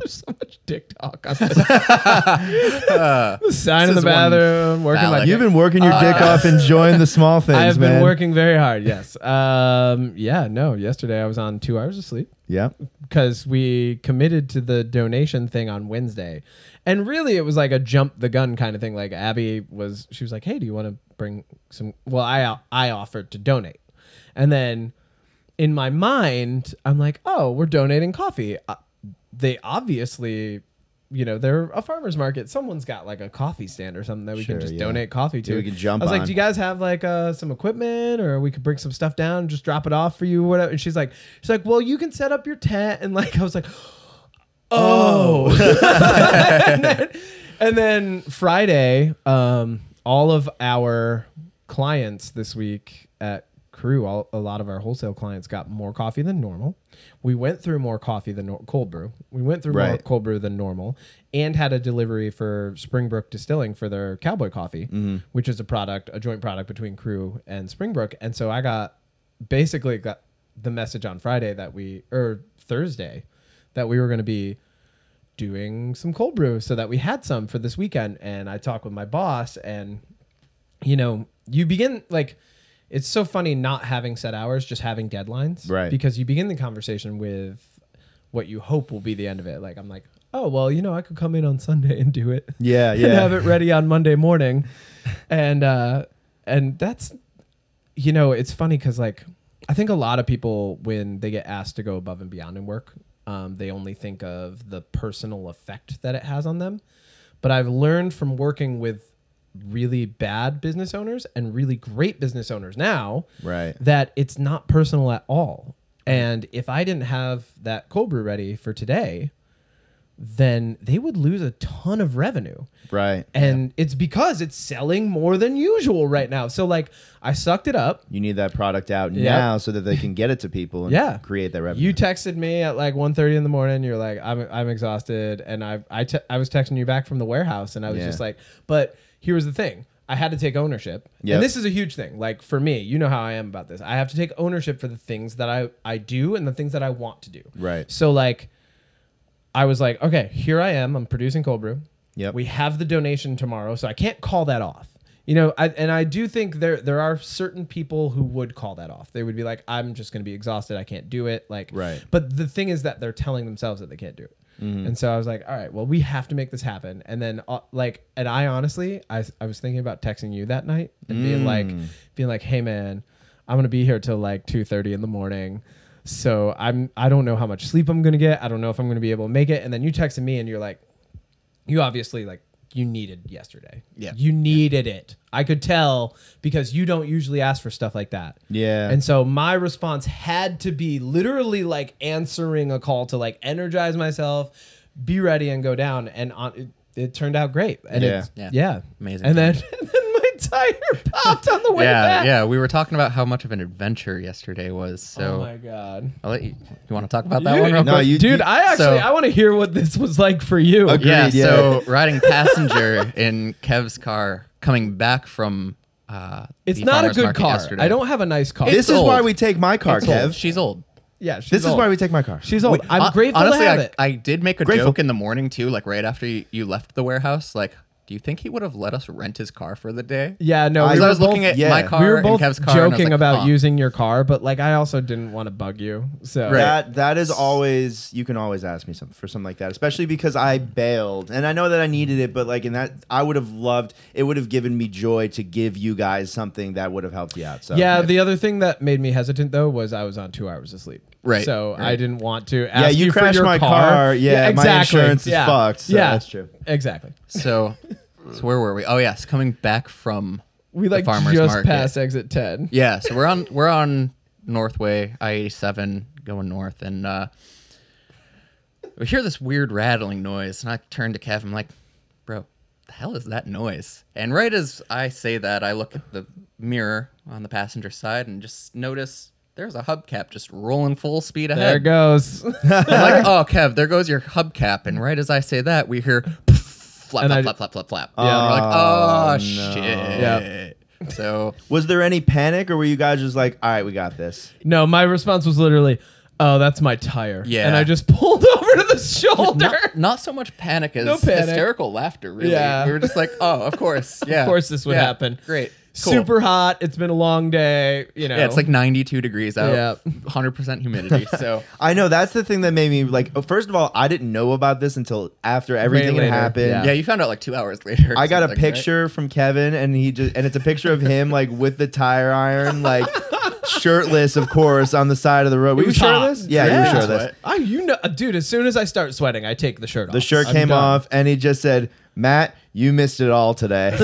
B: There's so much dick talk on this. the sign in the
C: is one
B: bathroom, working
C: phallic
B: like
A: You've been working your dick off, enjoying the small things,
B: I have
A: man.
B: been working very hard. Yes. Um, yeah. No. Yesterday I was on two hours of sleep.
A: Yeah.
B: because we committed to the donation thing on Wednesday. And really, it was like a jump the gun kind of thing. Like Abby was, she was like, "Hey, do you want to bring some?" Well, I I offered to donate, and then in my mind, I'm like, "Oh, we're donating coffee." Uh, they obviously, you know, they're a farmers market. Someone's got like a coffee stand or something that we
A: Sure,
B: can just
A: yeah.
B: donate coffee to.
A: we can jump
B: I was like,
A: on.
B: "Do you guys have like uh, some equipment, or we could bring some stuff down, and just drop it off for you, whatever?" And she's like, "She's like, well, you can set up your tent." And like, I was like, "Oh." and, then, and then Friday, um, all of our clients this week at Crew, all, a lot of our wholesale clients got more coffee than normal. We went through more coffee than nor- cold brew. We went through more
A: Right.
B: cold brew than normal, and had a delivery for Springbrook Distilling for their Cowboy Coffee, which is a product, a joint product between Crew and Springbrook. And so I got basically got the message on Friday that we or Thursday that we were going to be doing some cold brew so that we had some for this weekend. And I talked with my boss, and you know, you begin like it's so funny not having set hours, just having deadlines,
A: Right.
B: Because you begin the conversation with what you hope will be the end of it. Like I'm like, oh well, you know, I could come in on Sunday and do it
A: Yeah.
B: and
A: Yeah.
B: have it ready on Monday morning. And uh and that's you know, it's funny cuz like I think a lot of people when they get asked to go above and beyond in work, um they only think of the personal effect that it has on them. But I've learned from working with really bad business owners and really great business owners now
A: Right.
B: that it's not personal at all. And if I didn't have that cold brew ready for today, then they would lose a ton of revenue.
A: Right.
B: And it's because it's selling more than usual right now. So like I sucked it up.
A: You need that product out
B: Yeah.
A: now so that they can get it to people and
B: Yeah.
A: create that revenue.
B: You texted me at like 1.30 in the morning. You're like, I'm, I'm exhausted. And I, I, te- I was texting you back from the warehouse and I was
A: Yeah.
B: just like, but here was the thing. I had to take ownership.
A: Yep.
B: And this is a huge thing. Like for me, you know how I am about this. I have to take ownership for the things that I, I do and the things that I want to do.
A: Right.
B: So like, I was like, okay, here I am. I'm producing cold brew.
A: Yep.
B: We have the donation tomorrow, so I can't call that off. You know, I, and I do think there there are certain people who would call that off. They would be like, I'm just going to be exhausted. I can't do it. Like,
A: Right. Mm-hmm.
B: But the thing is that they're telling themselves that they can't do it. And so I was like, all right, well, we have to make this happen. And then, uh, like, and I honestly, I, I was thinking about texting you that night and being like,
A: Mm.
B: being like, hey man, I'm gonna be here till like 2:30 in the morning. So I'm I don't know how much sleep I'm gonna get. I don't know if I'm gonna be able to make it. And then you texted me and you're like, you obviously like you needed yesterday.
C: Yeah.
B: You needed it. I could tell because you don't usually ask for stuff like that.
A: Yeah.
B: And so my response had to be literally like answering a call to like energize myself, be ready and go down. And on, it, it turned out great. And
A: Yeah.
B: it's, yeah.
C: Yeah. Amazing.
B: And then, and then my tire popped on the way
C: yeah,
B: back.
C: yeah. We were talking about how much of an adventure yesterday was. So
B: Oh my God.
C: I'll let you. You want to talk about that
B: You-
C: one real
A: No,
C: quick?
A: you-
B: Dude, I actually,
C: so-
B: I want to hear what this was like for you.
A: Agreed,
C: yeah,
A: yeah.
C: So riding passenger in Kev's car, coming back from uh,
B: It's
C: the
B: not a
C: farmer's
B: good
C: market
B: car.
C: yesterday.
B: I don't have a nice car.
A: this is
C: old.
A: why we take my car,
C: It's
A: Kev.
C: old. She's old.
B: yeah, she's
A: This is
B: old.
A: why we take my car.
B: She's old. I'm
C: Hon-
B: grateful
C: honestly,
B: to have
C: I,
B: it.
C: I did make a
A: Grateful.
C: joke in the morning too, like right after you, you left the warehouse. Like, do you think he would have let us rent his car for the day?
B: yeah, no.
A: I-
B: we
C: Because I
B: were
C: was
B: both-
C: looking at
A: yeah.
C: my car
B: we were both
C: and Kev's car. and I was
B: joking
C: like,
B: about
C: huh.
B: using your car, but like I also didn't want to bug you. So
C: Right.
A: That that is always you can always ask me something for something like that, especially because I bailed and I know that I needed it, but like in that I would have loved it would have given me joy to give you guys something that would have helped you out. So
B: yeah, the other thing that made me hesitant though was I was on two hours of sleep.
C: Right,
B: So I
C: right.
B: didn't want to ask
A: yeah, you,
B: for
A: crashed
B: your
A: my car.
B: car.
A: Yeah, my insurance is
B: Yeah.
A: fucked. So
B: yeah,
A: that's true.
B: Exactly.
C: So, so where were we? Oh yes, coming back from
B: We like
C: the farmers
B: just
C: market.
B: past exit ten.
C: Yeah, so we're on we're on Northway I eighty seven going north, and uh, we hear this weird rattling noise, and I turn to Kev. I'm like, "Bro, the hell is that noise?" And right as I say that, I look at the mirror on the passenger side and just notice there's a hubcap just rolling full speed
B: There it
C: ahead.
B: goes.
C: I'm like, "Oh, Kev, there goes your hubcap!" And right as I say that, we hear
B: And
C: flap, flap,
B: I- Ah,
C: flap, flap, flap, flap.
B: Yeah.
C: we're like, "Oh shit!"
B: Yep.
C: So
A: Was there any panic or were you guys just like, all right, we got this?
B: no, my response was literally, "Oh, that's my tire."
C: Yeah.
B: And I just pulled over to the shoulder.
C: not, not so much panic as
B: No panic.
C: hysterical laughter, really.
B: Yeah.
C: We were just like, oh, of course. Yeah.
B: of course, this would
C: Yeah.
B: happen.
C: Great. Cool.
B: Super hot. It's been a long day. You know.
C: Yeah, it's like 92 degrees out,
B: Yeah.
C: 100% humidity. So,
A: I know that's the thing that made me like. oh, First of all, I didn't know about this until after everything had
B: later,
A: happened.
B: yeah.
C: yeah, you found out like two hours later. or
A: I got a
C: something, right?
A: picture from Kevin, and he just and it's a picture of him like with the tire iron, like shirtless, of course, on the side of the road. Were you
B: was hot.
A: shirtless? Yeah,
B: Yeah.
A: you were shirtless.
C: Sweat.
B: I, you know, dude. As soon as I start sweating, I take the shirt off.
A: The shirt
B: I'm
A: came
B: done.
A: off, and he just said, "Matt, you missed it all today."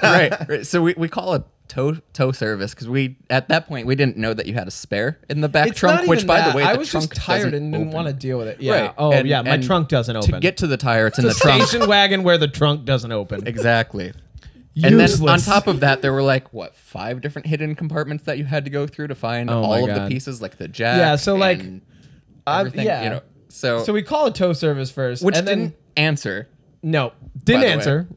C: right, right. So, we, we call a tow, tow service because we, at that point, we didn't know that you had a spare in the back
B: It's
C: trunk,
B: not
C: which,
B: even
C: by
B: that.
C: the way,
B: I
C: the
B: was
C: trunk
B: just tired
C: doesn't
B: and didn't
C: open.
B: want to deal with it. Yeah.
C: Right.
B: Oh
C: And-
B: yeah, my
C: and
B: trunk doesn't open.
C: To get to the tire, it's in
B: the
C: the trunk.
B: station wagon where the trunk doesn't open.
C: Exactly. And then on
B: Useless.
C: top of that, there were like what five different hidden compartments that you had to go through to find
B: Oh my
C: all of the
B: God.
C: pieces, like the jack.
B: Yeah, so, like,
C: and
B: I-
C: everything,
B: yeah.
C: you know. So,
B: So we call a tow service first,
C: which
B: and then
C: didn't answer.
B: no,
C: By
B: didn't
C: the
B: answer.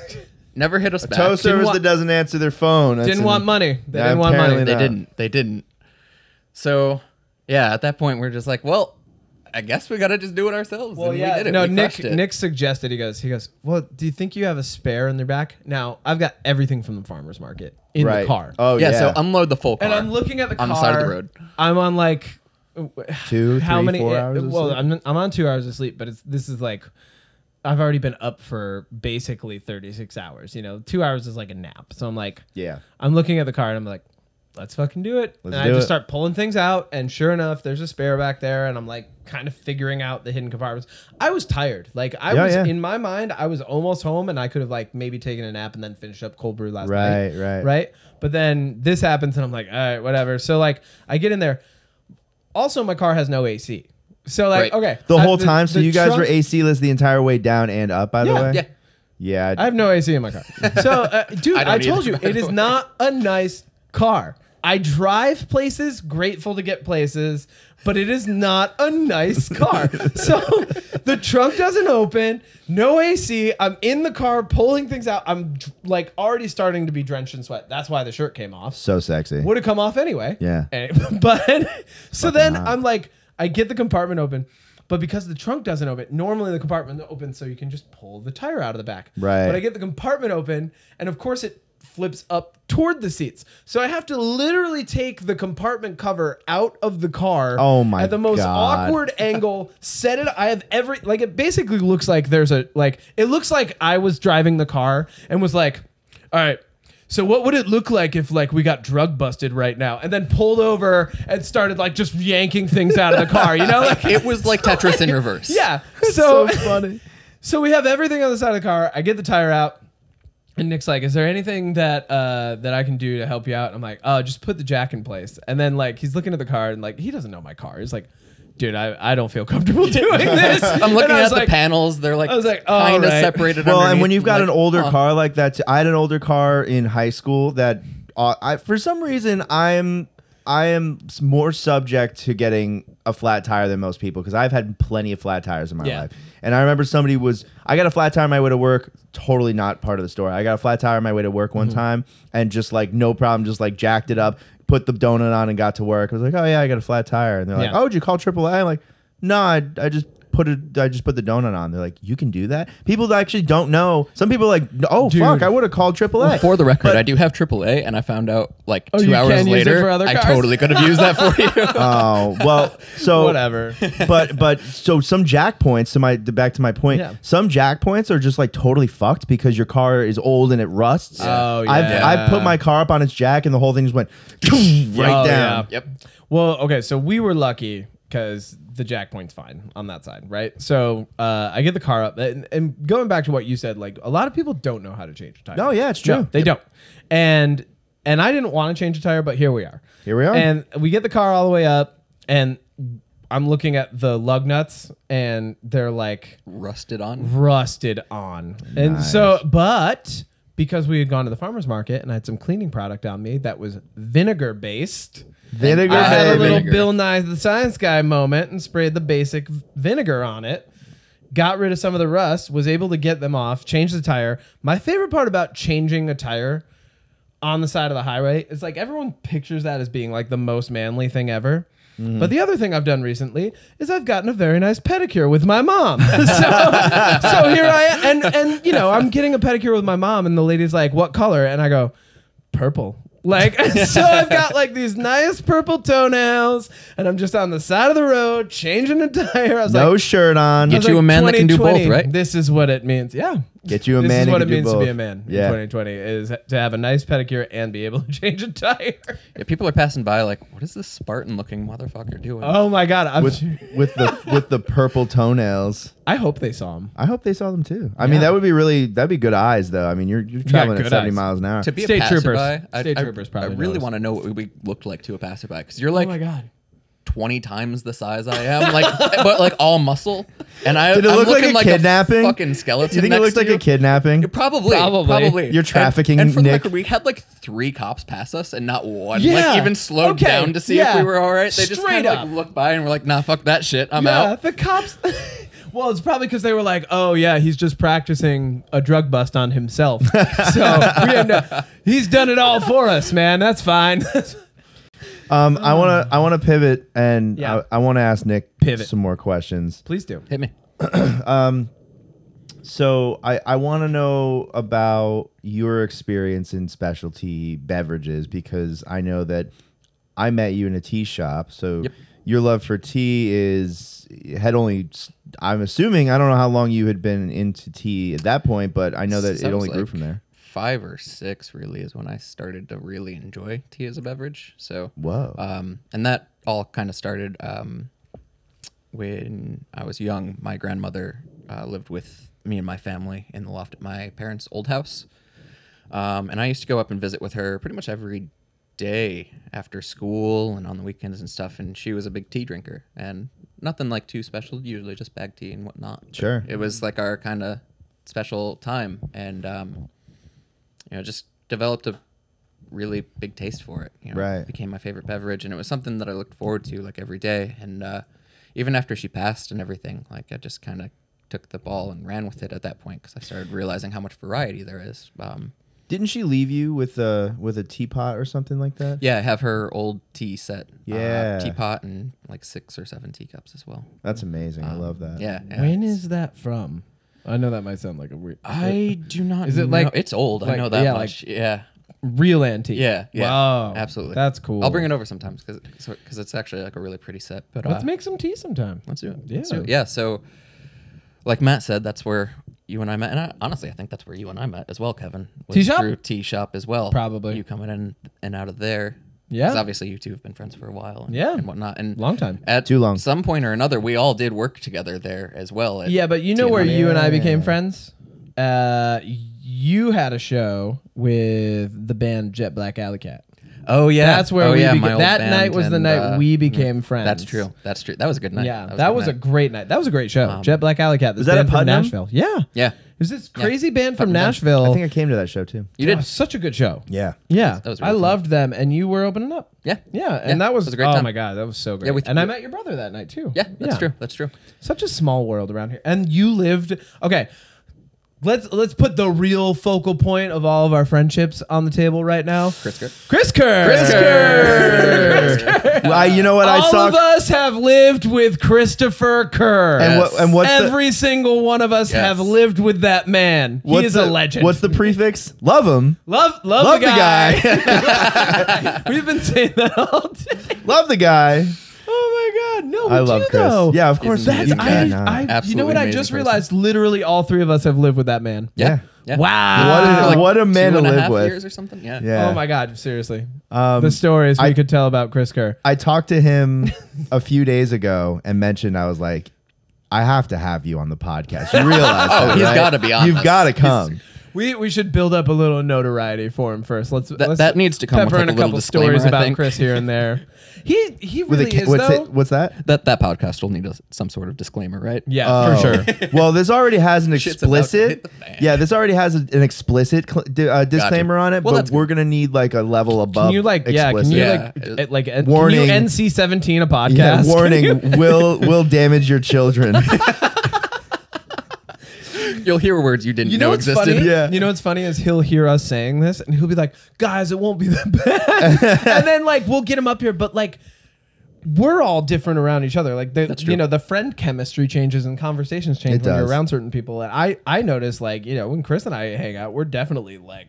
C: Never hit us back.
A: Tow service
B: wa-
A: that doesn't answer their phone. That's
B: didn't
A: an-
B: want money. They
A: Yeah,
B: didn't want money.
A: apparently
C: They
A: not.
C: didn't. They didn't. So yeah, at that point, we're just like, well, I guess we gotta just do it ourselves.
B: Well,
C: and
B: yeah.
C: we did it.
B: No,
C: We
B: Nick.
C: crushed it.
B: Nick suggested he goes. He goes. Well, do you think you have a spare in the back? Now I've got everything from the farmers market in
A: Right.
B: the car.
A: Oh yeah.
C: yeah, So um, unload the full car.
B: and I'm looking at the car
C: On the side of the road.
B: I'm on like
A: Two,
B: how
A: three,
B: many?
A: four
B: yeah,
A: hours of
B: well, uh,
A: sleep?
B: I'm I'm on two hours of sleep, but it's this is like I've already been up for basically 36 hours. You know, two hours is like a nap. So I'm like,
A: yeah.
B: I'm looking at the car and I'm like, let's fucking do it.
A: Let's
B: and I
A: do
B: just
A: it.
B: start pulling things out, and sure enough, there's a spare back there, and I'm like kind of figuring out the hidden compartments. I was tired. Like I
A: Yeah,
B: was
A: yeah.
B: in my mind, I was almost home and I could have like maybe taken a nap and then finished up cold brew last
A: Right,
B: night.
A: right.
B: Right. But then this happens and I'm like, all right, whatever. So like I get in there. Also, my car has no AC. So like,
C: Right.
B: okay.
A: The
B: I-
A: whole time, so
B: uh, the
A: you guys
B: trunk-
A: were AC-less the entire way down and up. By the
B: Yeah,
A: way,
C: yeah.
A: yeah,
B: I have no AC in my car. So, uh, dude,
C: I
B: I,
C: don't
B: told
C: either,
B: you,
C: by
B: it
C: the
B: is
C: way.
B: not a nice car. I drive places, grateful to get places, but it is not a nice car. so the trunk doesn't open, no AC. I'm in the car pulling things out. I'm dr- like already starting to be drenched in sweat. That's why the shirt came off
A: so sexy.
B: would have come off anyway.
A: Yeah.
B: And- but so then I'm like, I get the compartment open, but because the trunk doesn't open, normally the compartment opens so you can just pull the tire out of the back.
A: Right.
B: But I get the compartment open, and of course it flips up toward the seats. So I have to literally take the compartment cover out of the car.
A: Oh my
B: At the most
A: God.
B: awkward angle, set it. I have every like it basically looks like there's a like it looks like I was driving the car and was like, all right. So what would it look like if like we got drug busted right now and then pulled over and started like just yanking things out of the car, you know? Like
C: It was like Tetris in reverse.
B: yeah. So, so
A: funny.
B: we have everything on the side of the car. I get the tire out. And Nick's like, "Is there anything that uh, that I can do to help you out?" And I'm like, "Oh, just put the jack in place." And then like he's looking at the car and like he doesn't know my car. He's like, "Dude, I, I don't feel comfortable doing this."
C: I'm looking at the
B: like,
C: panels. They're like
B: I was like, all
C: kind of
B: right.
C: separated.
A: Well, and
C: underneath,
A: when you've got
C: like,
A: an older
C: huh.
A: car like that, too, I had an older car in high school that uh, I, for some reason, I'm I am s- more subject to getting a flat tire than most people because I've had plenty of flat tires in my
B: Yeah.
A: life. And I remember somebody was I got a flat tire on my way to work. Totally not part of the story. I got a flat tire on my way to work
B: Mm-hmm.
A: one time and just like no problem, just like jacked it up, put the donut on and got to work. I was like, oh yeah, I got a flat tire. And they're like,
B: Yeah.
A: oh, did you call AAA? I'm like, no, I, I just. Put it. I just put the donut on. They're like, you can do that. People that actually don't know. Some people are like, oh
B: Dude.
A: fuck, I would have called AAA.
C: For the record, I do have AAA, and I found out like
B: Oh,
C: two
B: you
C: hours
B: can use it
C: later,
B: for other
C: I
B: cars? Uh,
C: totally could have used that for you.
A: Oh well, so
B: Whatever.
A: but but so some jack points to my back to my point.
B: Yeah.
A: Some jack points are just like totally fucked because your car is old and it rusts.
B: Oh,
A: I've
B: yeah.
A: I've put my car up on its jack and the whole thing just went right
B: Oh,
A: down.
B: yeah.
C: yep.
B: Well, okay, so we were lucky because the jack point's fine on that side, right? So uh, I get the car up, and, and going back to what you said, like a lot of people don't know how to change a tire.
A: No, Oh, yeah, it's
B: No,
A: true.
B: they don't, and and I didn't want to change a tire, but here we are.
A: Here we are.
B: and we get the car all the way up, and I'm looking at the lug nuts, and they're like
C: Rusted on.
B: rusted on. And so, but because we had gone to the farmer's market and I had some cleaning product on me that was vinegar based,
A: Vinegar
B: I had a
A: baby.
B: little
C: Vinegar.
B: Bill Nye the Science Guy moment and sprayed the basic v- vinegar on it. Got rid of some of the rust, was able to get them off, changed the tire. My favorite part about changing a tire on the side of the highway is like everyone pictures that as being like the most manly thing ever.
C: Mm-hmm.
B: But the other thing I've done recently is I've gotten a very nice pedicure with my mom. so, so here I am, and and you know I'm getting a pedicure with my mom, and the lady's like, "What color?" And I go, "Purple." Like so, I've got like these nice purple toenails, and I'm just on the side of the road changing a tire. I was
A: No
B: like,
A: shirt on.
B: I was
C: Get you
B: like,
C: a man that can do both,
B: 2020,
C: right?
B: This is what it means. Yeah.
A: Get you a
B: this
A: man
B: is
A: who
B: what
A: can
B: it
A: do
B: means to
A: both.
B: be a man
A: Yeah.
B: in 2020 is to have a nice pedicure and be able to change a tire.
C: Yeah, people are passing by like, what is this Spartan looking motherfucker doing?
B: Oh my god! I'm,
A: with with the with the purple toenails.
B: I hope they saw him.
A: I hope they saw them too. I mean, that would be really that'd be good eyes though. I mean, you're you're traveling at
B: good
A: seventy
B: eyes.
A: miles an hour.
C: to be
B: State
C: a passerby,
B: troopers.
C: I,
B: State
C: I-
B: troopers probably
C: I really
B: noticed.
C: want to know what we- we looked like to a passerby because you're like
B: oh my god!
C: 20 times the size I am, like, but like all muscle. And I
A: Did it
C: I'm
A: look like
C: looking
A: a kidnapping?
C: fucking skeleton.
A: you think it looked
C: next to
A: like
C: you.
A: a kidnapping?
C: Yeah, Probably,
B: Probably.
C: probably,
A: You're
C: And-
A: trafficking,
C: And, for the
A: Nick.
C: record, we had like three cops pass us, and not one
B: Yeah.
C: like even slowed
B: Okay.
C: down to see
B: Yeah.
C: if we were all right. They just
B: Straight
C: kind of
B: up.
C: like looked by and were like, "Nah, fuck that shit, I'm
B: yeah,
C: out."
B: the cops. well, it's probably because they were like, "Oh yeah, he's just practicing a drug bust on himself." so we have no, he's done it all for us, man. That's fine.
A: Um, I want to I want to pivot and
B: Ah. Yeah.
A: I, I want to ask Nick
B: Pivot.
A: some more questions.
B: Please do.
C: Hit me.
A: So I I want to know about your experience in specialty beverages because I know that I met you in a tea shop. So
C: Yep.
A: your love for tea is had only I'm assuming I don't know how long you had been into tea at that point, but I know that it
C: Sounds
A: only grew
C: like
A: from there.
C: Five or six really is when I started to really enjoy tea as a beverage. So
A: Whoa.
C: um, and that all kind of started um, when I was young. My grandmother uh, lived with me and my family in the loft at my parents' old house, um, and I used to go up and visit with her pretty much every day after school and on the weekends and stuff. And she was a big tea drinker, and nothing like too special. Usually just bag tea and whatnot. But
A: Sure.
C: it was like our kind of special time, and um, you know, just developed a really big taste for it. You know,
A: Right.
C: It became my favorite beverage, and it was something that I looked forward to like every day. And uh, even after she passed and everything, like I just kind of took the ball and ran with it at that point because I started realizing how much variety there is. Um,
A: Didn't she leave you with a with a teapot or something like that?
C: yeah, I have her old tea set,
A: Yeah.
C: uh, teapot, and like six or seven teacups as well.
A: That's amazing. I love that.
C: Um, Yeah, yeah.
B: When is that from? I know that might sound like a weird.
C: I do not.
B: Is it
C: know.
B: like-
C: it's old? I
B: like-
C: know that
B: yeah,
C: much. yeah,
B: real antique.
C: yeah, yeah.
B: Wow.
C: absolutely.
B: That's cool.
C: I'll bring it over sometimes because because it's actually like a really pretty set. But uh,
B: Let's make some tea sometime.
C: Let's do it.
B: Yeah.
C: Let's do it. Yeah. So, like Matt said, that's where you and I met, and I, honestly, I think that's where you and I met as well, Kevin. was
B: Tea shop?
C: through tea shop as well.
B: Probably.
C: you coming in and out of there.
B: Yeah.
C: 'Cause obviously you two have been friends for a while. And,
B: Yeah.
C: and whatnot. And
B: Long time.
C: At
A: Too long.
C: Some point or another, we all did work together there as well. at
B: Yeah, but you know
C: TNI.
B: where you and I became
A: Yeah.
B: friends? Uh, you had a show with the band Jet Black Alley Cat.
C: Oh yeah,
B: That's where
C: Oh,
B: we
C: yeah,
B: beca-
C: my old
B: that
C: band
B: night was the
C: and,
B: night
C: uh,
B: we became friends.
C: That's true. That's true. That was a good night.
B: Yeah, that was,
C: good
B: a
C: night. Um,
B: great night. That was a great show. Jet Black Alley Cat. This
A: was that at
B: band from
A: Putnam?
B: Nashville. Yeah.
C: yeah.
B: Is this crazy band from
C: Putnam Dam.
B: Nashville?
A: I think I came to that show too.
C: You
B: Oh,
C: did.
B: such a good show.
A: Yeah.
B: Yeah,
C: That was
B: I
C: really fun.
B: loved them, and you were opening up.
C: Yeah.
B: Yeah, and
C: Yeah,
B: that was,
C: it was a great
B: oh
C: time.
B: my god, that was so great.
C: Yeah, we-
B: and I met your brother that night too.
C: Yeah, that's true. That's true.
B: Such a small world around here. And you lived okay. Let's let's put the real focal point of all of our friendships on the table right now.
C: Chris Kerr.
B: Chris Kerr.
C: Chris Kerr.
A: Well, I, you know what I
B: All
A: saw?
B: of us have lived with Christopher Kerr.
A: And what- and what's the-
B: every single one of us
C: Yes.
B: have lived with that man. He
A: what's
B: is
A: the,
B: a legend.
A: What's the prefix? Love him.
B: love love,
A: Love
B: the
A: the
B: guy.
A: guy.
B: We've been saying that all day.
A: Love the guy.
B: Oh my god, no! We
A: I love
B: do,
A: Chris.
B: Though.
A: Yeah, of course.
B: That's
A: you
C: amazing.
B: I,
A: cannot.
B: I, you know
C: Absolutely
B: what I
C: amazing
B: just
C: person.
B: realized? Literally, all three of us have lived with that man.
A: yeah.
C: Yeah.
B: Wow!
A: What a- what a man
C: Uh, two
A: to
C: and
A: live
C: half
A: with.
C: Years or something. Yeah.
A: Yeah.
B: Oh my god! Seriously,
A: Um,
B: the stories we
A: I-
B: could tell about Chris Kerr.
A: I talked to him a few days ago and mentioned I was like, I have to have you on the podcast. You realize? oh,
C: he's gotta be on
A: You've
C: this.
A: got to come.
B: We we should build up a little notoriety for him first. Let's
C: That,
B: let's
C: that needs to come with
B: pepper
C: like,
B: in
C: a
B: a
C: little
B: couple
C: disclaimer.
B: stories
C: I
B: about
C: think.
B: Chris here and there. He he
A: With a
B: really
A: ca-
B: is
A: what's
B: though.
A: it? What's that?
C: That that podcast will need a, some sort of disclaimer, right?
B: Yeah,
A: Oh.
B: for sure.
A: well, this already has an
C: Shit's about to hit
A: explicit.
C: the fan.
A: Yeah, this already has a- an explicit cl- di- uh, disclaimer on it,
C: Well,
A: but
C: that's
A: we're gonna need like a level above.
B: Can you like yeah? Can
A: explicit.
B: you
C: Yeah.
B: like uh, like uh,
A: Warning.
B: Can you NC seventeen a podcast?
A: Yeah,
B: Can you-
A: warning will will damage your children.
C: You'll hear words you didn't
B: You know, what's
C: existed.
B: funny?
A: Yeah.
B: You know what's funny is he'll hear us saying this and he'll be like, guys, it won't be that bad. and then like we'll get him up here, but like we're all different around each other. Like the, you
C: true.
B: know, the friend chemistry changes and conversations change
A: It
B: when you're
A: does.
B: around certain people. And I I notice like, you know, when Chris and I hang out, we're definitely like,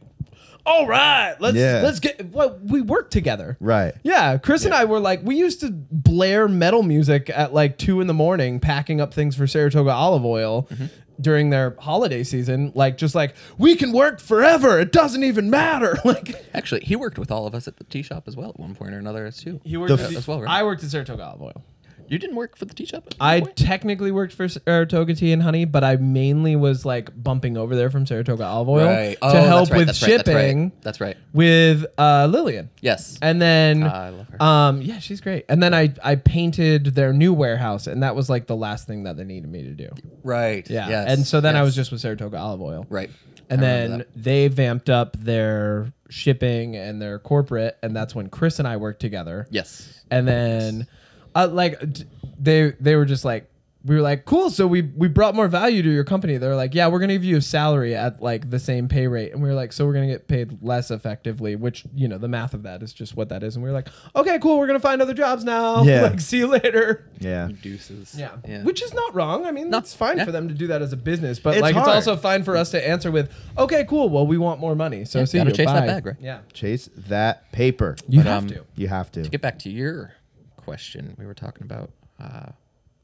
B: all right, let's
A: Yeah.
B: let's get well, we work together.
A: right.
B: Yeah, Chris and I were like, we used to blare metal music at like two in the morning, packing up things for Saratoga Olive Oil
C: Mm-hmm.
B: during their holiday season. Like, just like, we can work forever. It doesn't even matter. Like,
C: Actually, he worked with all of us at the tea shop as well at one point or another too.
B: you
A: The at f- the-
C: as well, right?
B: I worked at Saratoga Olive Oil.
C: you didn't work for the tea shop. At
B: I
C: one point?
B: technically worked for Saratoga Tea and Honey, but I mainly was like bumping over there from Saratoga Olive Oil to
C: Oh, that's
B: help
C: right,
B: with
C: that's right, that's right,
B: shipping
C: That's right.
B: with uh, Lillian.
C: Yes.
B: And then,
C: Ah, I love her.
B: um, yeah, she's great. And then I I painted their new warehouse, and that was like the last thing that they needed me to do.
C: right.
B: Yeah.
C: Yes,
B: and so then I
C: yes.
B: was just with Saratoga Olive Oil.
C: right.
B: And
C: I
B: then
C: remember
B: they vamped up their shipping and their corporate, and that's when Chris and I worked together.
C: that. yes.
B: And then, uh, like, d- they they were just like. We were like, cool. So we we brought more value to your company. They're like, yeah, we're gonna give you a salary at like the same pay rate, and we were like, so we're gonna get paid less effectively, which you know the math of that is just what that is. And we were like, okay, cool. We're gonna find other jobs now.
A: Yeah.
B: Like, see you later.
A: Yeah.
C: Deuces.
B: Yeah.
C: Yeah.
B: Which is not wrong. I mean,
C: No.
B: that's fine
C: Yeah.
B: for them to do that as a business, but
A: It's
B: like
A: hard.
B: it's also fine for us to answer with, "Okay, cool. Well, we want more money." So see
C: gotta
B: you.
C: chase
B: Bye.
C: that bag, right?
B: Yeah.
A: Chase that paper.
B: You
C: But,
B: have
C: um,
B: to.
A: You have to.
C: To get back to your question, we were talking about uh,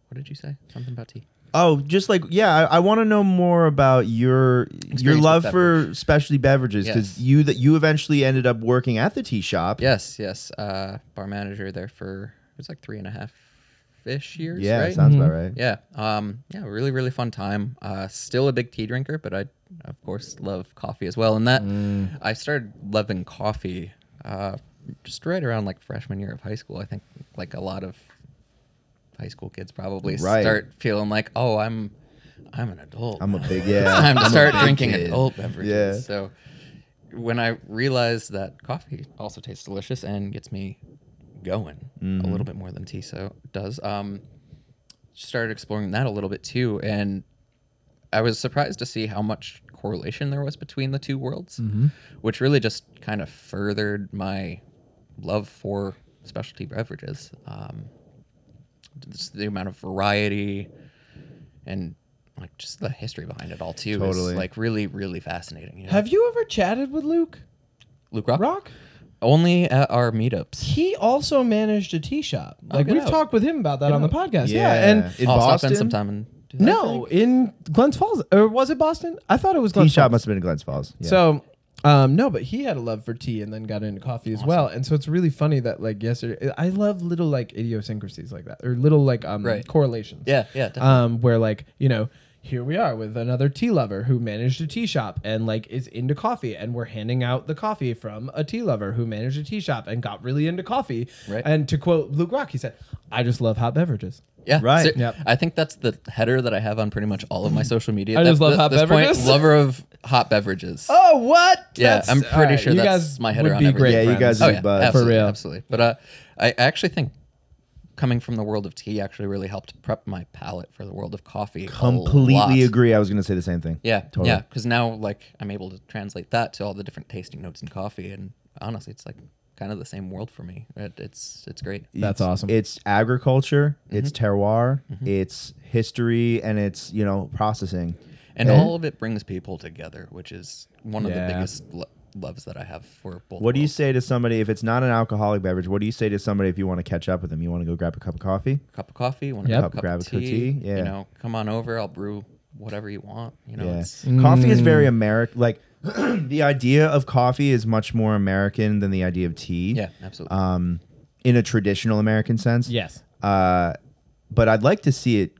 C: what did you say? Something about tea.
A: Oh, just like yeah, I, I want to know more about your your
C: with
A: love for specialty beverages because
C: Yes.
A: you that you eventually ended up working at the tea shop.
C: Yes, yes. Uh, bar manager there for it was like three and a half ish years.
A: yeah,
C: right?
A: sounds about
B: Mm-hmm.
A: right.
C: yeah. Um, yeah, really, really fun time. Uh, still a big tea drinker, but I, of course, love coffee as well. And that
A: Mm.
C: I started loving coffee uh, just right around like freshman year of high school. I think like a lot of high school kids probably
A: Right.
C: start feeling like, oh, I'm, I'm an adult.
A: I'm a
C: now."
A: big yeah.
C: time to
A: I'm a
C: start
A: big
C: drinking
A: kid.
C: adult beverages.
A: Yeah.
C: So when I realized that coffee also tastes delicious and gets me going a
A: Mm-hmm.
C: little bit more than tea so does, um, started exploring that a little bit too, and I was surprised to see how much correlation there was between the two worlds,
A: Mm-hmm.
C: which really just kind of furthered my love for specialty beverages. Um, just the amount of variety and like just the history behind it all too
A: Totally.
C: is like really really fascinating. You know?
B: Have you ever chatted with Luke
C: Luke Rock?
B: Rock?
C: only at our meetups.
B: He also managed a tea shop. Like
C: get
B: Uh, we've
C: out.
B: talked with him about that on the podcast. Yeah. And
A: in
C: I'll stop
A: Boston,
C: in sometime and do that, I
B: no,
C: think.
B: in Glens Falls or was it Boston? I thought it was
A: tea
B: Glens
A: shop
B: Falls.
A: must have been in Glens Falls. Yeah.
B: So, um, no, but he had a love for tea and then got into coffee as well. And so it's really funny that like yesterday, I love little like idiosyncrasies like that or little like um
C: Right.
B: correlations. Uh-huh.
C: yeah, yeah, definitely.
B: Um, where like you know here we are with another tea lover who managed a tea shop and like is into coffee and we're handing out the coffee from a tea lover who managed a tea shop and got really into coffee
C: Right.
B: and to quote luke rock he said i just love hot beverages
C: Yeah,
A: Right.
C: so-
B: Yep.
C: I think that's the header that I have on pretty much all of my social media.
B: I
C: at
B: just
C: that-
B: love
C: at
B: hot
C: this point,
B: beverages.
C: lover of hot beverages.
B: oh what
C: Yeah, I'm pretty
B: all
C: sure
B: you
C: that's
B: guys
C: my header
B: would
C: on
B: be
C: everything.
B: great
A: Yeah, you guys
B: friends.
C: oh
A: would
C: yeah,
A: buzz. For
C: absolutely,
B: real.
C: absolutely. But uh, I I actually think coming from the world of tea actually really helped prep my palate for the world of coffee. a lot.
A: Completely agree. I was going to say the same thing.
C: Yeah,
A: Totally.
C: yeah. Because now, like, I'm able to translate that to all the different tasting notes in coffee, and honestly, it's like kind of the same world for me. It, it's it's great.
B: That's
A: It's-
B: awesome.
A: It's agriculture, it's terroir, it's history, and it's, you know, processing.
C: and all of it brings people together, which is one of
B: Yeah.
C: the biggest lo- loves that I have for both.
A: What do you
C: worlds.
A: say to somebody if it's not an alcoholic beverage? What do you say to somebody if you want to catch up with them? You want to go grab a cup of coffee?
C: Cup of coffee, want to
B: Yep.
C: cup, cup
A: Grab a
C: of
A: cup of
C: tea?
A: tea, yeah.
C: You know, come on over. I'll brew whatever you want. You know,
A: Yeah.
C: it's
B: Mm.
A: Coffee is very American. Like the idea of coffee is much more American than the idea of tea.
C: yeah, absolutely.
A: Um, in a traditional American sense.
B: yes
A: Uh, but I'd like to see it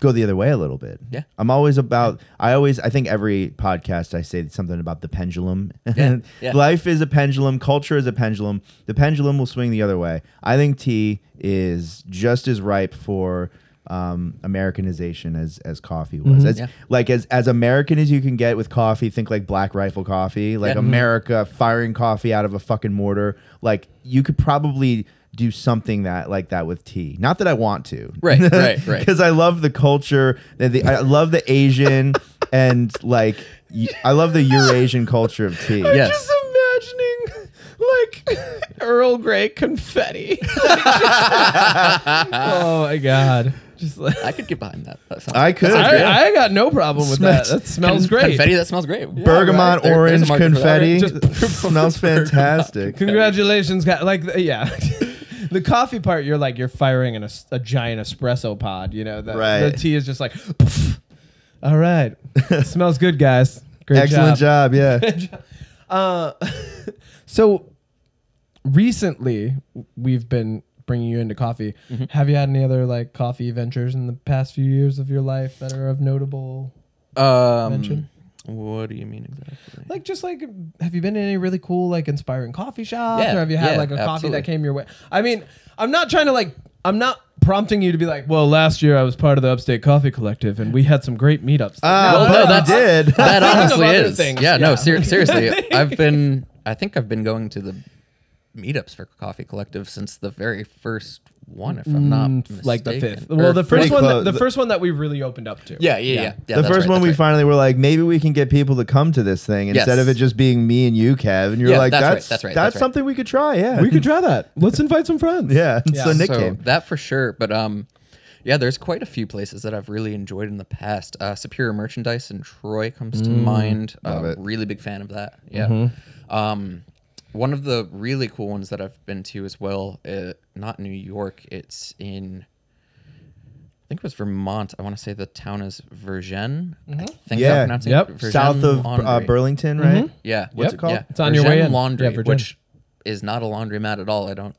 A: go the other way a little bit.
C: Yeah.
A: I'm always about. I always. I think every podcast I say something about the pendulum.
C: Yeah, yeah.
A: Life is a pendulum. Culture is a pendulum. The pendulum will swing the other way. I think tea is just as ripe for. Um, Americanization as as coffee was as
C: Mm-hmm. Yeah.
A: like as as American as you can get with coffee. Think like Black Rifle Coffee, like
C: Yeah. Mm-hmm.
A: America firing coffee out of a fucking mortar. Like you could probably do something that like that with tea. Not that I want to,
C: Right, right, right.
A: Because I love the culture. that the- I love the Asian and like y- I love the Eurasian culture of tea.
C: Yeah. Yes.
B: just imagining like Earl Grey confetti. Like, just- oh my god! Just like
C: I could get behind that. that sounds,
A: I could.
C: that sounds
B: I,
C: great.
B: I got no problem with
A: Smells-
B: that. That smells
C: Con-
B: great.
C: Confetti that smells great.
A: Bergamot
C: right, there-
A: orange
C: there's a market for that,
A: confetti
C: right?
B: Just-
A: smells fantastic.
B: Congratulations, guys! Like the- yeah. The coffee part, you're like you're firing in a, s- a giant espresso pod. You know, the, the
A: Right.
B: tea is just like, poof. all right, smells good, guys. Great
A: Excellent job. Yeah.
B: Uh, so recently we've been bringing you into coffee.
A: Mm-hmm.
B: Have you had any other like coffee ventures in the past few years of your life that are of notable?
C: Um, what do you mean exactly?
B: Like just like have you been in any really cool like inspiring coffee shops
C: Yeah,
B: or have you had
C: yeah,
B: like a coffee
C: absolutely.
B: that came your way? I mean, I'm not trying to like I'm not prompting you to be like, "Well, last year I was part of the Upstate Coffee Collective and we had some great meetups."
A: Uh,
C: no,
A: but
C: that's-
A: you did.
C: that
B: Thinking of
C: honestly
B: other
C: is.
B: things,
C: Yeah,
B: yeah.
C: no, ser- seriously. I've been, I think I've been going to the meetups for Coffee Collective since the very first one, if I'm not mistaken.
B: Mm, like the fifth.
C: Or
B: Well, the
A: pretty
B: first one that,
A: close.
B: the first one that we really opened up to.
C: Yeah, yeah, yeah. yeah
A: the
C: that's
A: first
C: right,
A: one we
C: that's right.
A: finally were like, maybe we can get people to come to this thing instead of it
C: Yes.
A: just being me and you, Kev. And you're
C: Yeah,
A: like,
C: that's right,
A: that's
C: that's
A: That's
C: right, that's right.
A: something we could try. Yeah,
B: We could try that. Let's invite some friends.
A: Yeah. So
B: Yeah.
A: Nick
C: so
A: came.
C: that for sure. But um, yeah, there's quite a few places that I've really enjoyed in the past. Uh, Superior Merchandise in Troy comes to mind.
A: Mm, love
C: uh,
A: it. Mm-hmm.
C: Really big fan of that. Yeah. Um, one of the really cool ones that I've been to as well, uh, not New York. It's in. I think it was Vermont. I want to say the town is Vergen. I think
A: Mm-hmm. Yeah.
C: I'm pronouncing
B: Yep.
C: it. Vergennes
A: South of uh,
C: Laundry.
A: Burlington,
B: Mm-hmm.
A: right?
C: Yeah.
A: What's it called?
C: Yeah.
B: It's on your way
C: Vergennes
B: in.
C: Laundry,
B: Yeah, Vergennes.
C: which is not a laundromat at all. I don't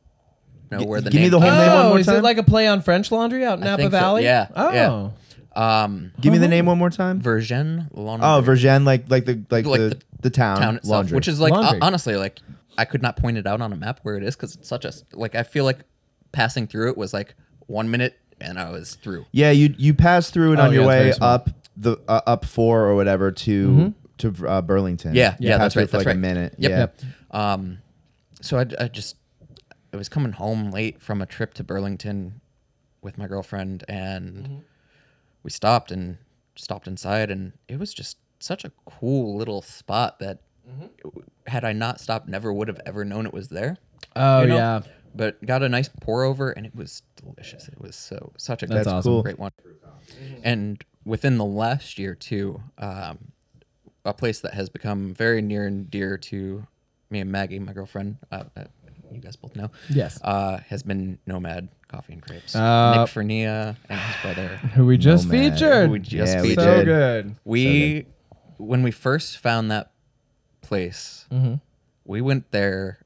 C: know where the
A: give me
C: name
A: the whole
C: came
A: name
C: from.
A: one
B: Oh,
A: more
B: is
A: time?
B: it like a play on French Laundry out in Napa
C: think so,
B: Valley?
C: yeah,
B: Oh.
C: yeah. Um,
A: Give
B: Mm-hmm.
A: me the name one more time.
C: Vergen Laundry.
A: Oh, Vergen, like like the like,
C: Like
A: the, the,
C: the
A: town,
C: town itself,
A: laundry.
C: which is like
B: Laundry.
C: uh, honestly like I could not point it out on a map where it is because it's such a like I feel like passing through it was like one minute and I was through.
A: yeah, you you pass through it
B: Oh,
A: on your
B: yeah, it's very
A: way
B: small. Mm-hmm.
A: up the uh, up four or whatever to to uh, Burlington.
C: Yeah,
A: You
C: yeah,
A: pass
C: that's
A: through
C: right.
A: For
C: That's
A: like
C: right.
A: a minute.
C: Yep,
A: yeah.
B: yep.
C: Um, so I, I just I was coming home late from a trip to Burlington with my girlfriend, and we stopped and stopped inside, and it was just such a cool little spot that had I not stopped, never would have ever known it was there.
B: Oh
C: you know?
B: yeah.
C: But got a nice pour over, and it was delicious. It was so such a
B: That's
C: good,
B: awesome.
A: cool.
C: great one. And within the last year too, um, a place that has become very near and dear to me and Maggie, my girlfriend. Uh, uh, you guys both know.
B: Yes.
C: Uh, has been Nomad Coffee and Crepes.
B: Uh,
C: Nick Fernia and his brother.
B: Who we just
A: man.
B: featured.
C: We just
A: Yeah, we
C: featured.
B: so
A: did.
B: good.
C: We, when we first found that place,
B: Mm-hmm.
C: we went there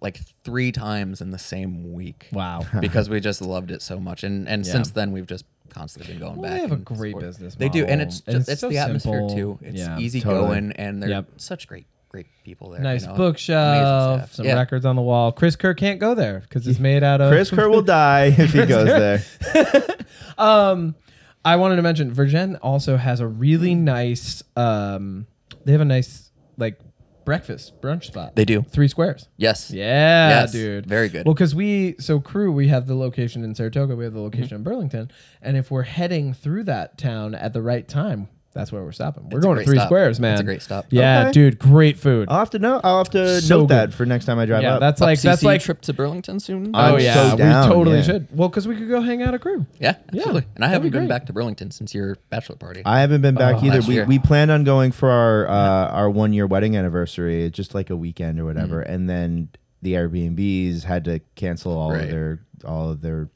C: like three times in the same week
B: Wow.
C: because we just loved it so much. And and since then we've just constantly been going
B: Well,
C: back.
B: they have a
C: and
B: great
C: forth.
B: business
C: They do, and
B: model,
C: it's
B: and
C: just,
B: it's
C: it's,
B: so
C: the atmosphere
B: simple.
C: too. It's
B: Yeah,
C: easy
A: totally.
C: going, and they're
B: Yep.
C: such great, great people there.
B: Nice
C: you know, amazing
B: bookshelf,
C: staff.
B: some
C: Yeah.
B: records on the wall. Chris Kerr can't go there because it's made out of.
A: Chris Kerr will die if he goes
B: Kerr.
A: there.
B: I wanted to mention Virgin also has a
C: Mm.
B: really nice. Um, they have a nice like breakfast brunch spot.
C: They do.
B: three squares.
C: Yes.
B: Yeah,
C: Yes,
B: dude.
C: very good. Mm-hmm.
B: Well, because we so crew we have the location in Saratoga, we have the location in Burlington, and if we're heading through that town at the right time, that's where we're stopping. We're
C: It's a
B: going to
C: great
B: three
C: stop.
B: squares, man.
C: It's a great stop.
B: Yeah,
A: Okay.
B: dude, great food.
A: I'll have to know. I'll have to
B: So
A: note that
B: good.
A: for next time I drive
B: yeah,
A: up.
B: that's like that's like
C: trip to Burlington soon.
A: I'm
B: oh yeah,
A: so down,
B: we totally
A: yeah.
B: should. Well, because we could go hang out at crew.
C: yeah,
B: Yeah,
C: absolutely. and I
B: that'd be
C: haven't been
B: great.
C: back to Burlington since your bachelor party.
A: I haven't been back
C: Oh,
A: either.
C: last
A: We,
C: year.
A: we planned on going for our uh, our one year wedding anniversary, just like a weekend or whatever,
C: Mm.
A: and then the Airbnbs had to cancel all of
C: Right.
A: their all of their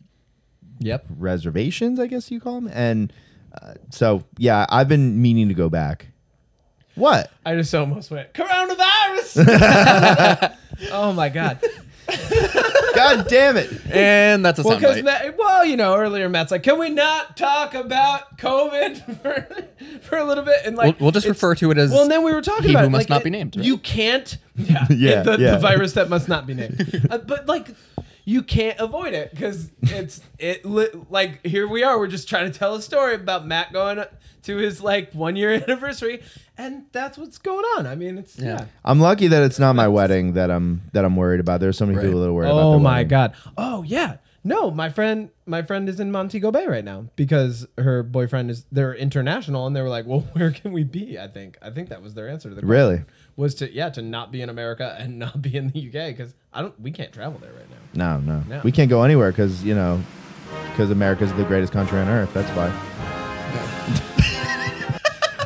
B: Yep.
A: reservations, I guess you call them. And uh, so yeah, I've been meaning to go back. What?
B: I just almost went coronavirus. oh my god.
A: God damn it!
C: and that's a
B: Well, because
C: soundbite.
B: well, you know, earlier Matt's like, can we not talk about COVID for, for a little bit? And like,
C: We'll- we'll just
B: it's-
C: refer to it as
B: Well, and then we were talking
C: he
B: about
C: who
B: it,
C: must
B: like,
C: not
B: it-
C: be named, right?
B: You can't. Yeah,
A: Yeah,
B: the,
A: yeah.
B: the virus that must not be named. Uh, but like, you can't avoid it because it's it li- like here we are. We're just trying to tell a story about Matt going to his like one year anniversary, and that's what's going on. I mean, it's yeah.
C: Yeah.
A: I'm lucky that it's not my wedding that I'm that I'm worried about. There's so many people that are worried about.
B: Oh
A: their
B: my
A: wedding.
B: god. Oh yeah. No, my friend my friend is in Montego Bay right now because her boyfriend is they're international and they were like, "Well, where can we be?" I think. I think that was their answer to the question.
A: Really?
B: Was to yeah, to not be in America and not be in the UK cuz I don't we can't travel there right now.
A: No, no,
B: No.
A: We can't go anywhere because you know, because America's the greatest country on earth. That's why.